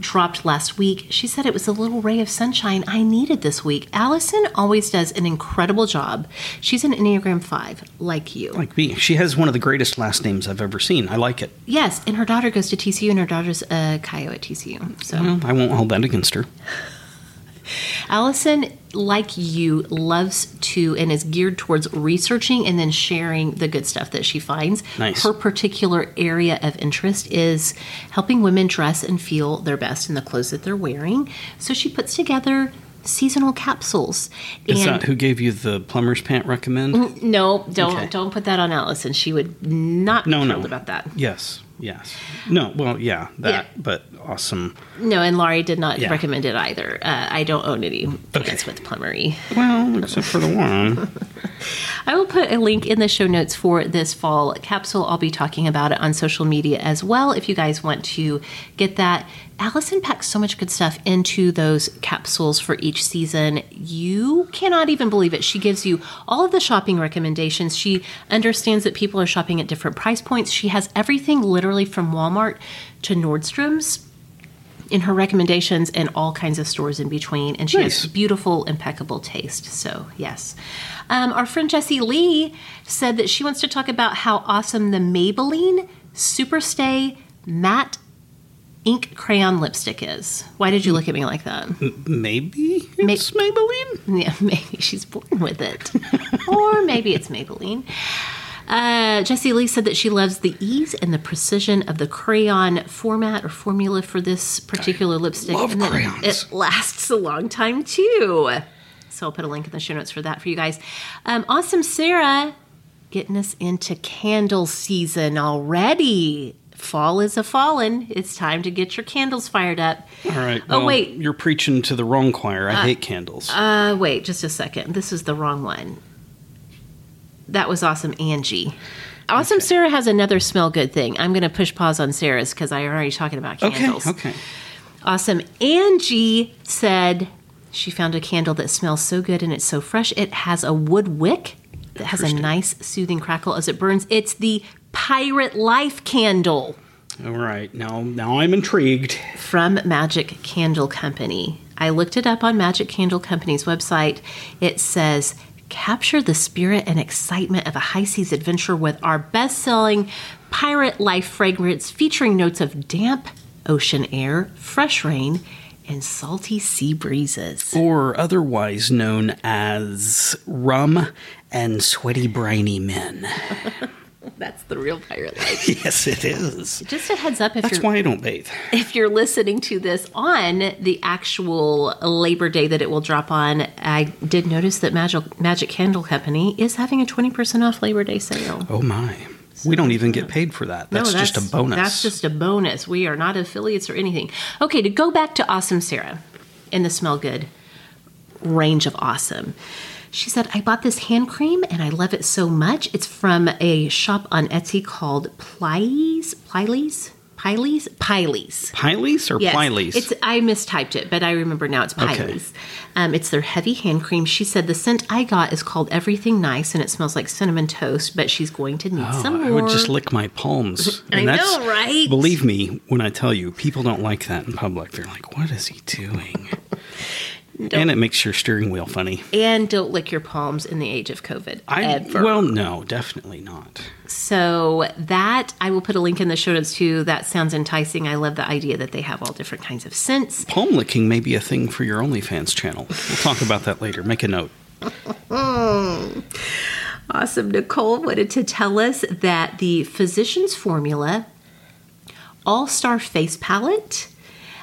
dropped last week. She said it was a little ray of sunshine I needed this week. Allison always does an incredible job. She's an Enneagram 5, like you.
Like me. She has one of the greatest last names I've ever seen. I like it.
Yes, and her daughter goes to TCU, and her daughter's a Caio at TCU. So.
Well, I won't hold that against her.
Allison, like you, loves to and is geared towards researching and then sharing the good stuff that she finds.
Nice.
Her particular area of interest is helping women dress and feel their best in the clothes that they're wearing. So she puts together seasonal capsules.
Is
and
that who gave you the plumber's pant recommend?
no, don't
Okay.
don't put that on Allison. She would not be
No, no.
thrilled about that.
Yes. Yes. No. Well, yeah, that. But awesome.
No, and Laurie did not
Yeah.
recommend it either. Uh, I don't own any pants with plumbery.
Well, except for the one.
I will put a link in the show notes for this fall capsule. I'll be talking about it on social media as well if you guys want to get that. Allison packs so much good stuff into those capsules for each season. You cannot even believe it. She gives you all of the shopping recommendations. She understands that people are shopping at different price points. She has everything literally from Walmart to Nordstrom's in her recommendations and all kinds of stores in between. And she
Nice.
has beautiful, impeccable taste. So, yes. Um, our friend Jessie Lee said that she wants to talk about how awesome the Maybelline Superstay Matte Ink Crayon Lipstick is. Why did you look at me like that?
Maybe it's Maybelline.
Yeah, maybe she's born with it. or maybe it's Maybelline. Uh, Jessie Lee said that she loves the ease and the precision of the crayon format or formula for this particular lipstick.
love
and that
crayons.
It lasts a long time, too. So I'll put a link in the show notes for that for you guys. Um, awesome, Sarah, getting us into candle season already. Fall is a fallen. It's time to get your candles fired up.
All right.
Oh,
well,
wait.
You're preaching to the wrong choir. I hate candles.
Uh, wait, just a second. This is the wrong one. That was awesome, Angie. Awesome Sarah has another smell good thing. I'm going to push pause on Sarah's because I'm already talking about
okay.
candles.
Okay.
Awesome Angie said she found a candle that smells so good and it's so fresh. It has a wood wick that has a
Interesting.
nice soothing crackle as it burns. It's the Pirate Life candle
All right. Now, now I'm intrigued.
from Magic Candle Company. I looked it up on Magic Candle Company's website. It says, Capture the spirit and excitement of a high seas adventure with our best selling Pirate Life fragrance featuring notes of damp ocean air, fresh rain, and salty sea breezes.
or otherwise known as rum and sweaty briny men.
That's the real Pirate Life.
Yes, it is.
Just a heads up if
That's
you're
why I don't bathe.
if you're listening to this on the actual Labor Day that it will drop on, I did notice that Magic Magic Candle Company is having a twenty percent off Labor Day sale.
Oh my. We don't even get paid for that. That's, just a bonus.
That's just a bonus. We are not affiliates or anything. Okay, to go back to Awesome Sarah in the Smell Good range of awesome. She said, I bought this hand cream and I love it so much. It's from a shop on Etsy called Plies, Plies, Piles, Piles.
Pileys or
Yes.
Pileys?
It's I mistyped it, but I remember now it's Piley's. Um, it's their heavy hand cream. She said the scent I got is called Everything Nice, and it smells like cinnamon toast. But she's going to need
Oh,
some more.
I would just lick my palms.
I know, right?
Believe me when I tell you, people don't like that in public. They're like, what is he doing? and it makes your steering wheel funny.
and don't lick your palms in the age of COVID.
I
ever.
well, no, definitely not.
So that I will put a link in the show notes too. That sounds enticing. I love the idea that they have all different kinds of scents.
Palm licking may be a thing for your OnlyFans channel. We'll talk about that later. Make a note.
Awesome. Nicole wanted to tell us that the Physicians Formula All Star Face Palette.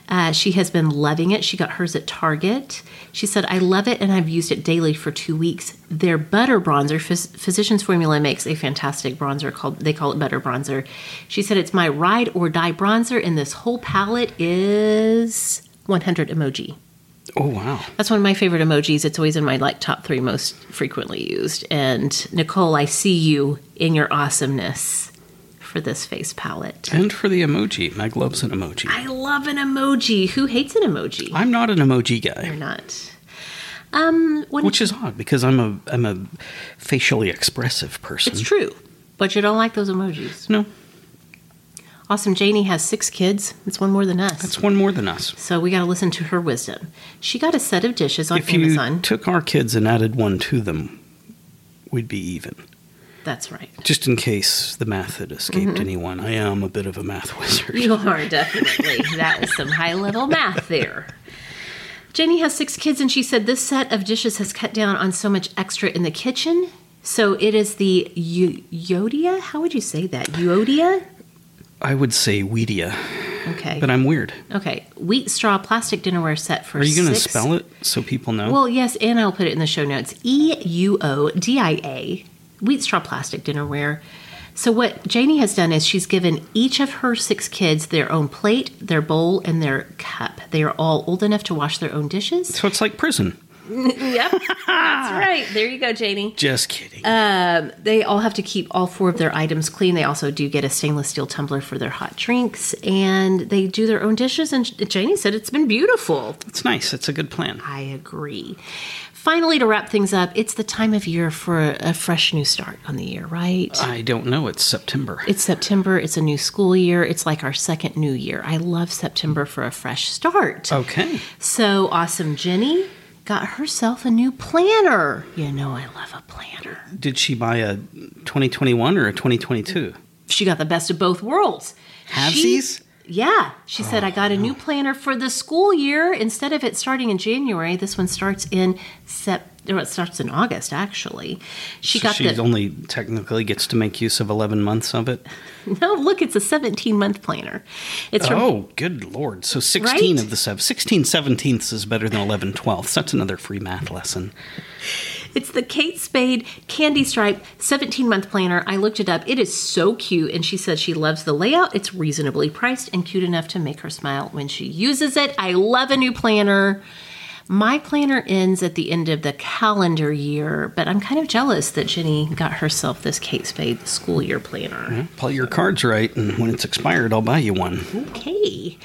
Uh, she has been loving it. She got hers at Target. She said, I love it and I've used it daily for two weeks. Their butter bronzer, Phys- Physicians Formula makes a fantastic bronzer called, they call it butter bronzer. She said, It's my ride or die bronzer, and this whole palette is 100 emoji.
Oh wow.
That's one of my favorite emojis. It's always in my like top three most frequently used. And Nicole, I see you in your awesomeness for this face palette.
And for the emoji, Meg loves an emoji.
I love an emoji. Who hates an emoji?
I'm not an emoji
You're
guy,
not. Um, what
which is odd because I'm a I'm a facially expressive person.
it's true, but you don't like those emojis.
No,
Awesome. Janie has six kids. It's one more than us.
that's one more than us.
so we got to listen to her wisdom. She got a set of dishes on
if you
Amazon.
took our kids and added one to them, we'd be even.
That's right.
Just in case the math had escaped anyone, I am a bit of a math wizard.
Mm-hmm. You are definitely. that is some high level math there. Jenny has six kids, and she said this set of dishes has cut down on so much extra in the kitchen. So it is the yo- Yodia. How would you say that? Yodia?
I would say Weedia,
Okay.
but I'm weird.
okay. Wheat straw plastic dinnerware set for
Are you going to
six-
spell it so people know?
Well, yes, and I'll put it in the show notes. E U O D I A, wheat straw plastic dinnerware So, what Janie has done is she's given each of her six kids their own plate, their bowl, and their cup. They are all old enough to wash their own dishes.
So it's like prison.
yep. That's right. There you go, Janie.
Just kidding.
They all have to keep all four of their items clean. They also do get a stainless steel tumbler for their hot drinks, and they do their own dishes. And Janie said it's been beautiful.
it's nice. It's a good plan.
I agree. Finally, to wrap things up, it's the time of year for a, a fresh new start on the year, right?
I don't know. It's September.
It's September. It's a new school year. It's like our second new year. I love September for a fresh start.
okay.
So awesome. Jenny got herself a new planner. You know, I love a planner.
Did she buy a 2021 or a 2022?
She got the best of both worlds. She-
Halvesies?
Yeah. She said,
Oh,
I got a new planner for the school year. Instead of it starting in January, this one starts in September. It starts in August, actually. She
So
got
she
the.
only technically gets to make use of 11 months of it.
No, Oh, look, it's a 17 month planner. It's from
Oh, good lord. So 16
Right?
of the sev- 16 17ths is better than 11 twelfths. That's another free math lesson.
It's the Kate Spade Candy Stripe 17 month planner. I looked it up. It is so cute, and she said she loves the layout. It's reasonably priced and cute enough to make her smile when she uses it. I love a new planner. My planner ends at the end of the calendar year, but I'm kind of jealous that Jenny got herself this Kate Spade school year planner.
Play your cards right, and when it's expired, I'll buy you one.
Okay.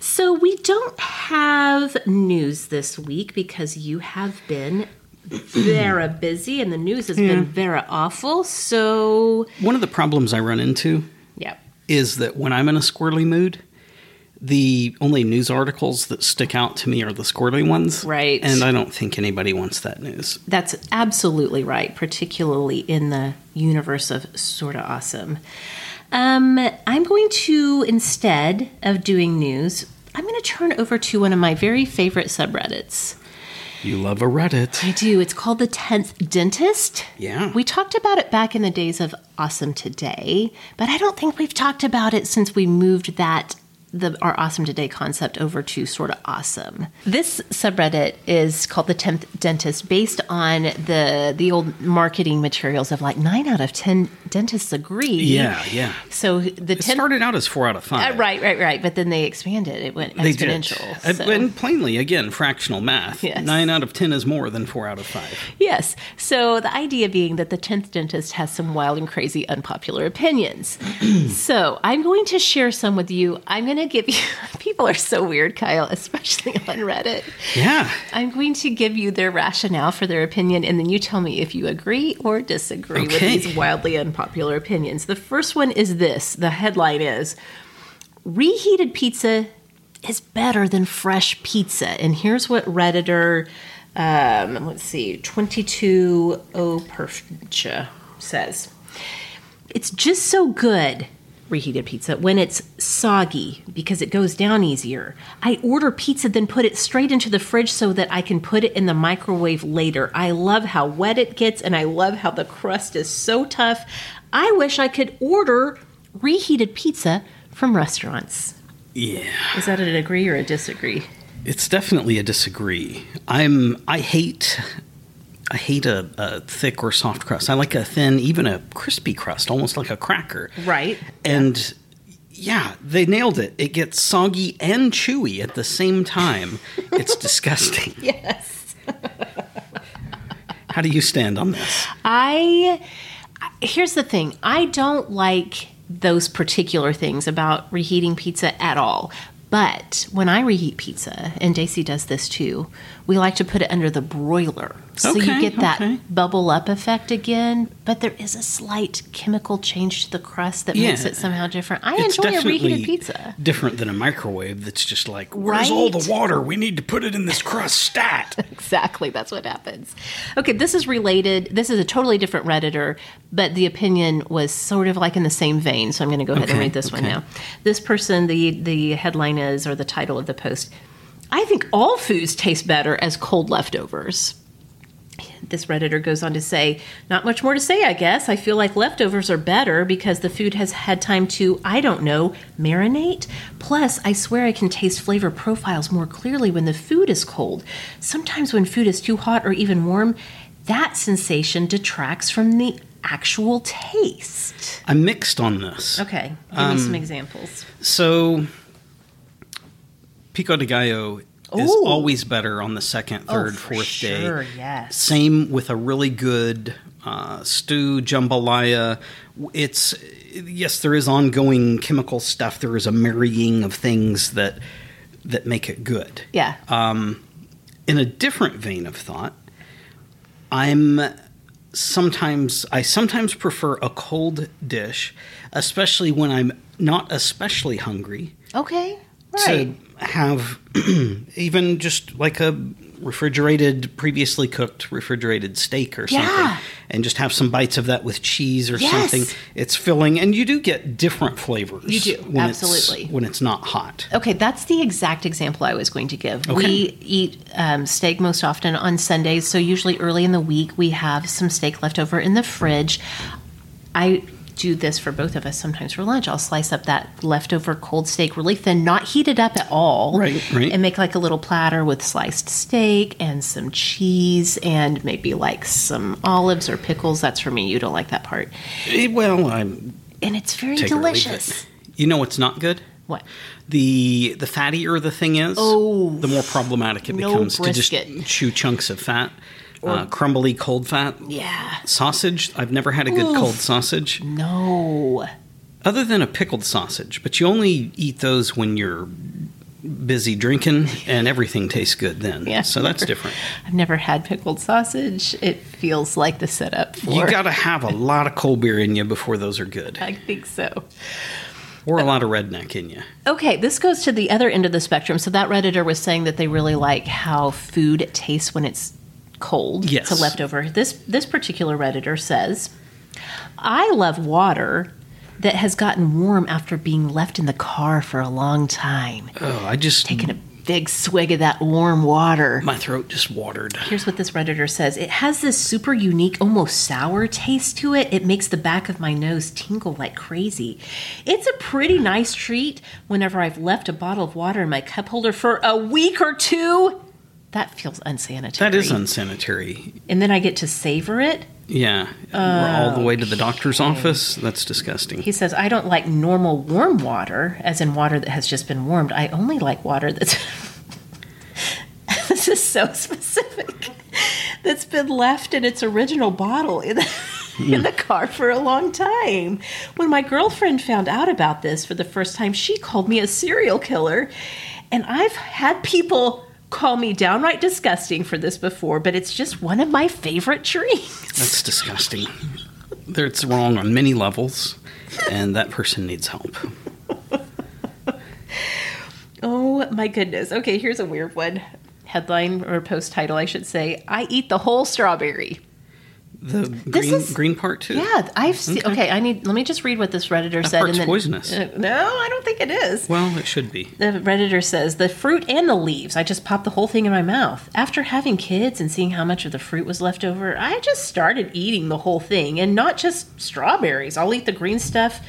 So we don't have news this week because you have been very busy and the news has been very awful. So,
One of the problems I run into
yeah.
is that when I'm in a squirrely mood, the only news articles that stick out to me are the squirrely ones.
Right.
And I don't think anybody wants that news.
That's absolutely right, particularly in the universe of sorta awesome. Um, I'm going to instead of doing news, I'm going to turn over to one of my very favorite subreddits.
You love a Reddit.
I do. It's called the 10th Dentist.
Yeah.
We talked about it back in the days of Awesome Today, but I don't think we've talked about it since we moved that the our Awesome Today concept over to sort of awesome. This subreddit is called the 10th Dentist based on the the old marketing materials of like 9 out of 10 dentists agree.
Yeah, yeah.
So the
It
10
started out as four out of five.
uh, right, right, right, but then they expanded. It went
They did.
exponential.
Uh,
so-
And plainly, again, fractional math.
Yes.
Nine out of ten is more than four out of five.
Yes. So the idea being that the 10th dentist has some wild and crazy unpopular opinions. so I'm going to share some with you. I'm going to give you, people are so weird, Kyle, especially on Reddit.
Yeah.
I'm going to give you their rationale for their opinion, and then you tell me if you agree or disagree with
Okay.
these wildly unpopular opinions. The first one is this the headline is Reheated pizza is better than fresh pizza. And here's what Redditor, um, let's see, 22operfcha says It's just so good. Reheated pizza when it's soggy because it goes down easier. I order pizza, then put it straight into the fridge so that I can put it in the microwave later. I love how wet it gets and I love how the crust is so tough. I wish I could order reheated pizza from restaurants.
Yeah.
Is that an agree or a disagree?
It's definitely a disagree. I'm. I hate. I hate a, a thick or soft crust. I like a thin, even a crispy crust, almost like a cracker.
Right.
And yeah, they nailed it. It gets soggy and chewy at the same time. It's disgusting.
Yes.
How do you stand on this?
I here's the thing. I don't like those particular things about reheating pizza at all. But when I reheat pizza, and Daisy does this too, we like to put it under the broiler. So you
Okay,
get that
okay.
bubble up effect again, but there is a slight chemical change to the crust that makes
Yeah.
it somehow different. I
It's
enjoy a reheated
definitely
pizza.
different than a microwave that's just like, where's
Right?
all the water? We need to put it in this crust stat.
exactly that's what happens okay this is related this is a totally different redditor but the opinion was sort of like in the same vein so i'm going to go ahead and
Okay,
read this one
okay.
now this person the the headline is or the title of the post i think all foods taste better as cold leftovers this Redditor goes on to say, Not much more to say, I guess. I feel like leftovers are better because the food has had time to, I don't know, marinate. Plus, I swear I can taste flavor profiles more clearly when the food is cold. Sometimes when food is too hot or even warm, that sensation detracts from the actual taste.
I'm mixed on this.
Okay, give
Um,
me some examples.
So, pico de gallo is
Ooh. Oh,
always better on the second, third,
for
fourth
sure,
day.
yes.
Same with a really good uh, stew, jambalaya. It's yes, there is ongoing chemical stuff. There is a marrying of things that that make it good.
Yeah.
Uh, In a different vein of thought, I'm sometimes I sometimes prefer a cold dish, especially when I'm not especially hungry.
okay. Right.
to have even just like a refrigerated, previously cooked refrigerated steak or
Yeah.
something, and just have some bites of that with cheese or
Yes.
something. It's filling, and you do get different flavors.
You do,
when it's-
absolutely.
when it's not hot.
Okay, that's the exact example I was going to give. We eat um, steak most often on Sundays, so usually early in the week we have some steak left over in the fridge. I do this for both of us sometimes for lunch. I'll slice up that leftover cold steak really thin, not heated up at all,
Right, right.
and make like a little platter with sliced steak and some cheese and maybe like some olives or pickles. That's for me. You don't like that part,
Eh, Well, I'm
and it's very
take it or leave it.
delicious.
You know what's not good?
What?
The the fattier the thing is, the more problematic it
Oh, no
becomes to
brisket.
just chew chunks of fat, uh, crumbly cold fat.
Yeah.
Sausage. I've never had a good cold sausage.
No.
other than a pickled sausage, but you only eat those when you're busy drinking and everything tastes good then.
Yeah.
So that's different.
I've never had pickled sausage. It feels like the setup for.
You got to have a lot of cold beer in you before those are good,
I think so.
or a lot of redneck in you.
Okay, this goes to the other end of the spectrum. So that redditor was saying that they really like how food tastes when it's cold.
Yes.
So leftover. This this particular redditor says, "I love water." That has gotten warm after being left in the car for a long time.
Oh, I just,
Taking a big swig of that warm water.
my throat just watered.
Here's what this Redditor says It has this super unique, almost sour taste to it. It makes the back of my nose tingle like crazy. It's a pretty nice treat whenever I've left a bottle of water in my cup holder for a week or two. That feels unsanitary.
That is unsanitary.
and then I get to savor it.
Yeah. We're all the way to the
Uh,
doctor's office. That's disgusting.
He says, I don't like normal warm water, as in water that has just been warmed. I only like water that's. this is so specific. That's been left in its original bottle in the, in the car for a long time. When my girlfriend found out about this for the first time, she called me a serial killer. And I've had people call me downright disgusting for this before, but it's just one of my favorite drinks.
That's disgusting. There- It's wrong on many levels, and that person needs help.
Oh my goodness. Okay, here's a weird one. Headline or post title, I should say. I eat the whole strawberry.
The green,
is-
green part, too.
Yeah, I've seen. Okay. I need. Let me just read what this redditor said.
part's poisonous.
Uh, no, I don't think it is.
Well, it should be.
The redditor says the fruit and the leaves. I just popped the whole thing in my mouth. After having kids and seeing how much of the fruit was left over, I just started eating the whole thing, and not just strawberries. I'll eat the green stuff.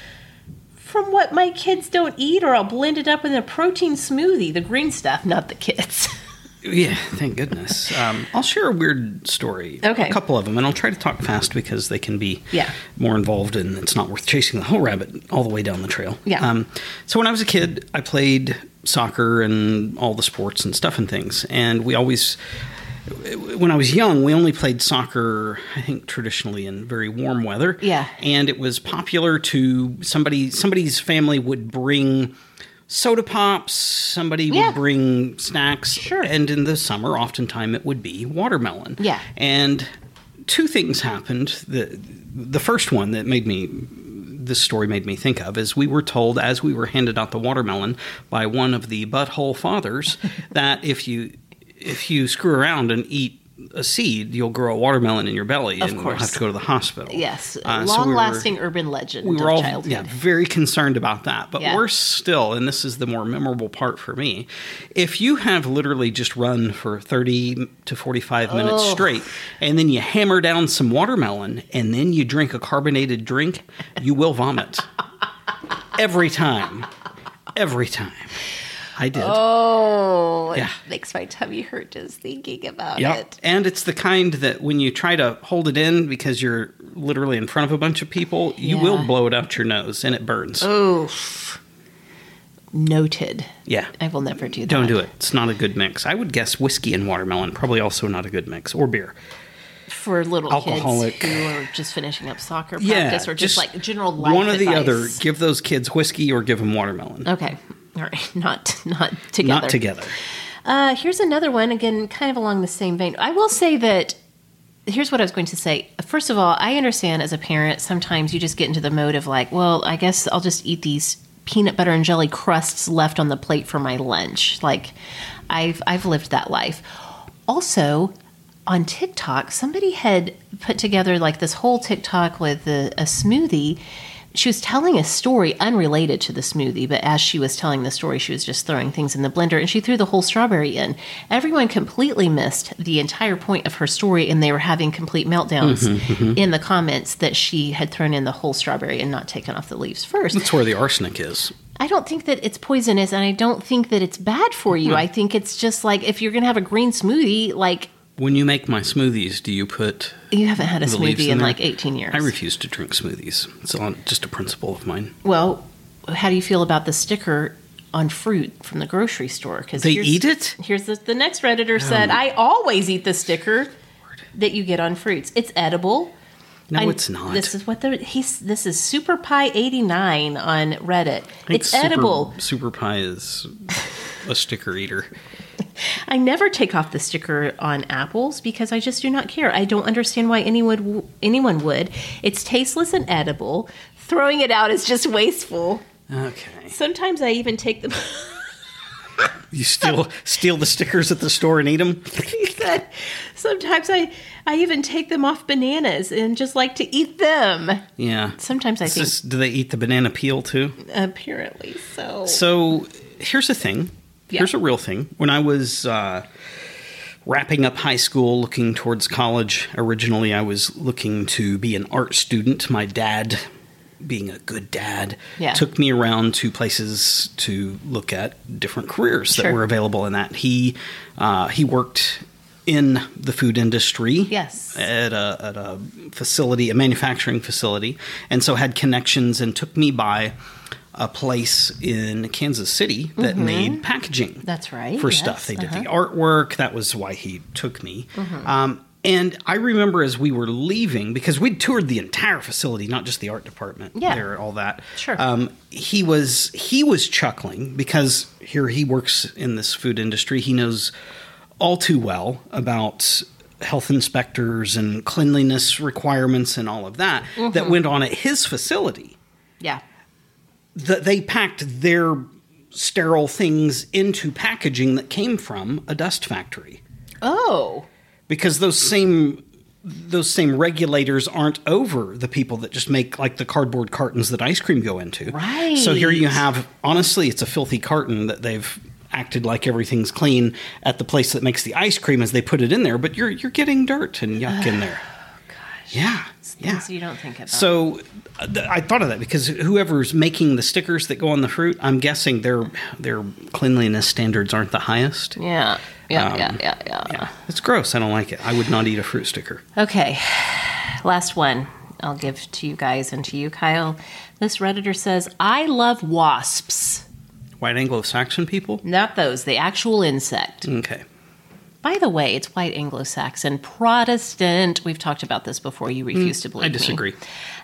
From what my kids don't eat, or I'll blend it up in a protein smoothie. The green stuff, not the kids.
Yeah, thank goodness. Um, I'll share a weird story.
Okay.
A couple of them, and I'll try to talk fast because they can be
Yeah.
more involved, and it's not worth chasing the whole rabbit all the way down the trail.
Yeah.
Um, so when I was a kid, I played soccer and all the sports and stuff and things, and we always. When I was young, we only played soccer, I think traditionally in very warm weather.
Yeah.
And it was popular to somebody somebody's family would bring soda pops, somebody
Yeah.
would bring snacks
Sure.
and in the summer, oftentimes it would be watermelon.
Yeah.
And two things happened. The the first one that made me this story made me think of is we were told as we were handed out the watermelon by one of the butthole fathers that if you if you screw around and eat a seed, you'll grow a watermelon in your belly and
course.
you'll have to go to the hospital.
Yes,
Uh, so we were-
long-lasting urban legend
we were
of
all
childhood.
yeah, very concerned about that. But
Yeah.
worse still, and this is the more memorable part for me, if you have literally just run for 30 to 45 minutes straight and then you hammer down some watermelon and then you drink a carbonated drink, you will vomit. Every time. Every time. I did.
Oh,
Yeah.
it makes my tummy hurt just thinking about
Yep.
it.
And it's the kind that when you try to hold it in because you're literally in front of a bunch of people, you
Yeah. Oh,
will blow it out your nose and it burns.
Oof. Noted.
Yeah.
I will never do that.
Don't do it. It's not a good mix. I would guess whiskey and watermelon, probably also not a good mix, or beer.
for little
Alcoholic.
kids who are just finishing up soccer practice
Yeah.
or just, like general life
One or the
advice.
other. Give those kids whiskey or give them watermelon.
Okay. All right. Not not together.
Not together.
Uh, here's another one, again, kind of along the same vein. I will say that here's what I was going to say. First of all, I understand as a parent, sometimes you just get into the mode of like, well, I guess I'll just eat these peanut butter and jelly crusts left on the plate for my lunch. Like, I've I've lived that life. Also, on TikTok, somebody had put together like this whole TikTok with a, a smoothie. She was telling a story unrelated to the smoothie, but as she was telling the story, she was just throwing things in the blender and she threw the whole strawberry in. Everyone completely missed the entire point of her story and they were having complete meltdowns in the comments that she had thrown in the whole strawberry and not taken off the leaves first.
That's where the arsenic is.
I don't think that it's poisonous and I don't think that it's bad for you. I think it's just like if you're going to have a green smoothie, like
When you make my smoothies, do you put.
you haven't had a
The leaves
smoothie
in
in
there?
like 18 years.
I refuse to drink smoothies. It's on- just a principle of mine.
Well, how do you feel about the sticker on fruit from the grocery store? Because
They eat it? Um,
Here's the, the next redditor said, "I always eat the sticker that you get on fruits. It's edible."
No,
I-
it's not.
This is what the he's. This is Super Pie eighty nine on Reddit.
I think
It's
Super-
edible.
Super Pie is a sticker eater.
I never take off the sticker on apples because I just do not care. I don't understand why anyone w- anyone would. It's tasteless and edible. Throwing it out is just wasteful.
Okay.
Sometimes I even take them.
You steal steal the stickers at the store and eat them.
he said, sometimes I, I even take them off bananas and just like to eat them.
Yeah.
Sometimes I
It's
think,
just- do they eat the banana peel too?
apparently, so.
So here's a thing.
Yeah.
Here's a real thing. When I was uh, wrapping up high school, looking towards college, originally I was looking to be an art student. My dad, being a good dad,
Yeah.
took me around to places to look at different careers that
Sure.
were available in that. He uh, he worked in the food industry
Yes.
at a, at a facility, a manufacturing facility, and so had connections and took me by a place in Kansas City that made packaging.
Mm-hmm. That's right,
For
yes,
stuff. They did
uh-huh. Mm-hmm.
the artwork. That was why he took me. Um, and I remember as we were leaving, because we'd toured the entire facility, not just the art department
Yeah.
there, all that.
Sure.
Um, he was he was chuckling because here he works in this food industry. He knows all too well about health inspectors and cleanliness requirements and all of that that went on at his facility.
yeah.
That they packed their sterile things into packaging that came from a dust factory
Oh,
because those same those same regulators aren't over the people that just make like the cardboard cartons that ice cream go into.
Right.
So here you have honestly it's a filthy carton that they've acted like everything's clean at the place that makes the ice cream as they put it in there, but you're you're getting dirt and yuck in there. Gosh. Yeah. Yeah.
Oh, things you don't think about.
So uh, th- I thought of that because whoever's making the stickers that go on the fruit, I'm guessing their their cleanliness standards aren't the highest.
yeah. Yeah,
Um,
yeah, yeah, yeah,
Yeah, it's gross. I don't like it. I would not eat a fruit sticker.
Okay. Last one I'll give to you guys and to you, Kyle. This Redditor says, I love wasps.
White Anglo-Saxon people.
Not those, the actual insect.
Okay.
By the way, it's white Anglo Saxon, Protestant. We've talked about this before. You refuse to believe
Mm, I
me.
disagree.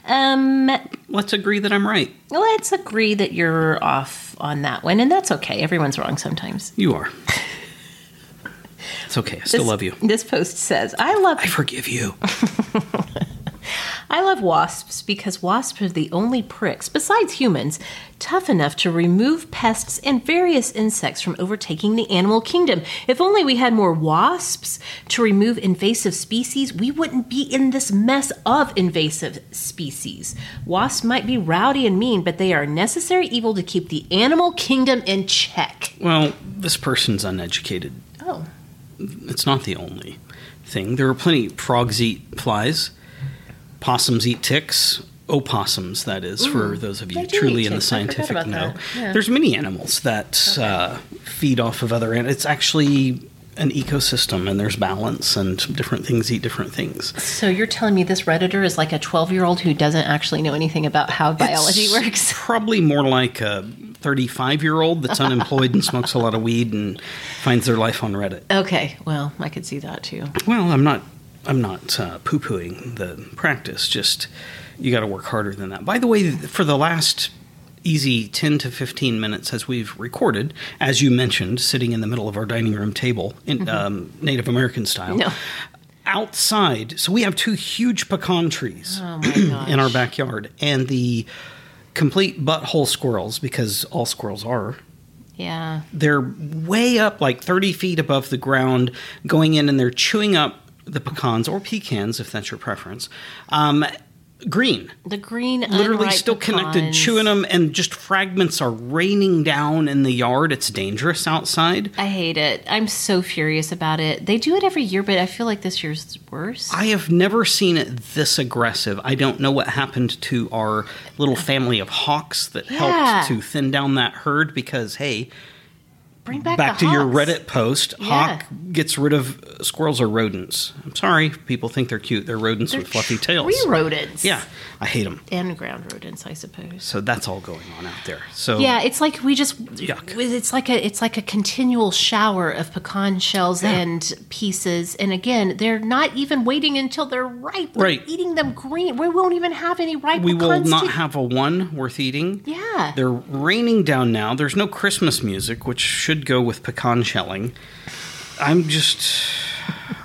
Um,
Let's agree that I'm right.
let's agree that you're off on that one, and that's okay. Everyone's wrong sometimes.
You are. It's okay. I still
This-
love you.
This post says, "I love
I forgive you.
I love wasps because wasps are the only pricks, besides humans, tough enough to remove pests and various insects from overtaking the animal kingdom. If only we had more wasps to remove invasive species, we wouldn't be in this mess of invasive species. Wasps might be rowdy and mean, but they are a necessary evil to keep the animal kingdom in check.
Well, this person's uneducated.
Oh,
It's not the only thing. There are plenty. Frogs eat flies. Possums eat ticks. Opossums, that is, for those of
they
you
do
truly
eat
in the
ticks. I forgot
scientific
about
know.
that. Yeah.
There's many animals that uh, feed off of other animals. It's actually an ecosystem and there's balance and different things eat different things.
So you're telling me this redditor is like a 12 year old who doesn't actually know anything about how biology
It's
works?
Probably more like a 35 year old that's unemployed and smokes a lot of weed and finds their life on Reddit.
Okay, well, I could see that too.
Well, I'm not. I'm not uh, poo-pooing the practice. Just you got to work harder than that. By the way, for the last easy 10 to 15 minutes as we've recorded, as you mentioned, sitting in the middle of our dining room table in um, Native American style.
Mm-hmm. No.
Outside, so we have two huge pecan trees
Oh my gosh.
in our backyard, and the complete butthole squirrels, because all squirrels are
Yeah.
they're way up like 30 feet above the ground going in and they're chewing up the pecans or pecans if that's your preference um, green
The green,
literally
unripe
still connected
pecans.
chewing them and just fragments are raining down in the yard it's dangerous outside
I hate it. I'm so furious about it. They do it every year, but I feel like this year's worse.
I have never seen it this aggressive. I don't know what happened to our little family of hawks that
Yeah.
helped to thin down that herd because, hey,
Bring back,
back
the
to your
hawks.
Reddit post.
Yeah.
Hawk gets rid of uh, squirrels are rodents. I'm sorry, people think they're cute. They're rodents
They're
with fluffy tails.
Tree rodents.
Yeah, I hate them.
And ground rodents, I suppose.
So that's all going on out there. So
Yeah, it's like we just
Yuck.
it's like a it's like a continual shower of pecan shells
Yeah.
and pieces. And again, they're not even waiting until they're ripe. We're
Right.
eating them green. We won't even have any ripe
we will
pecans
not
to-
have a one worth eating.
Yeah.
They're raining down now. There's no Christmas music, which should go with pecan shelling. I'm just,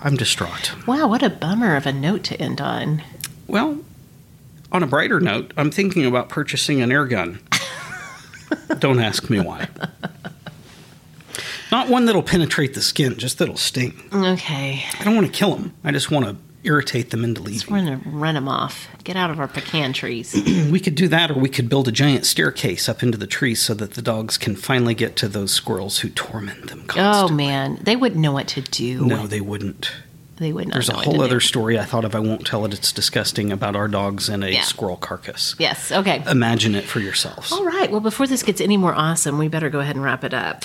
I'm distraught.
wow, what a bummer of a note to end on.
Well, on a brighter note, I'm thinking about purchasing an air gun. Don't ask me why. Not one that'll penetrate the skin, just that'll sting.
Okay.
I don't want to kill them. I just want to irritate them into
We're
leaving.
gonna run them off. Get out of our pecan trees.
We could do that, or we could build a giant staircase up into the trees so that the dogs can finally get to those squirrels who torment them
oh
constantly.
man, they wouldn't know what to do.
no, they wouldn't.
They would not.
There's a
know what
whole
to Do.
other story I thought of. I won't tell it. It's disgusting about our dogs and a
Yeah.
squirrel carcass.
Yes. Okay.
Imagine it for yourselves.
All right. Well, before this gets any more awesome, we better go ahead and wrap it up.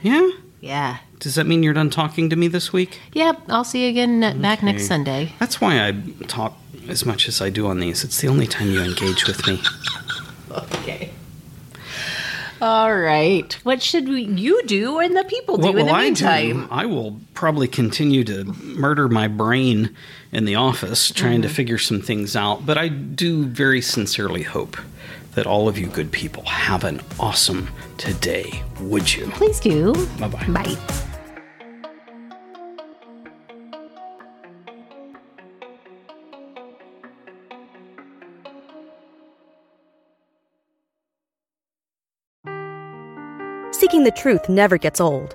Yeah?
Yeah.
Does that mean you're done talking to me this week?
Yep. I'll see you again uh back next
Okay.
Sunday.
That's why I talk as much as I do on these. It's the only time you engage with me.
Okay. All right. What should we, you do and the people do in the meantime?
I do? I will probably continue to murder my brain in the office trying
Mm-hmm.
to figure some things out, but I do very sincerely hope that all of you good people have an awesome today, would you?
Please do.
Bye-bye.
Bye.
Seeking the truth never gets old.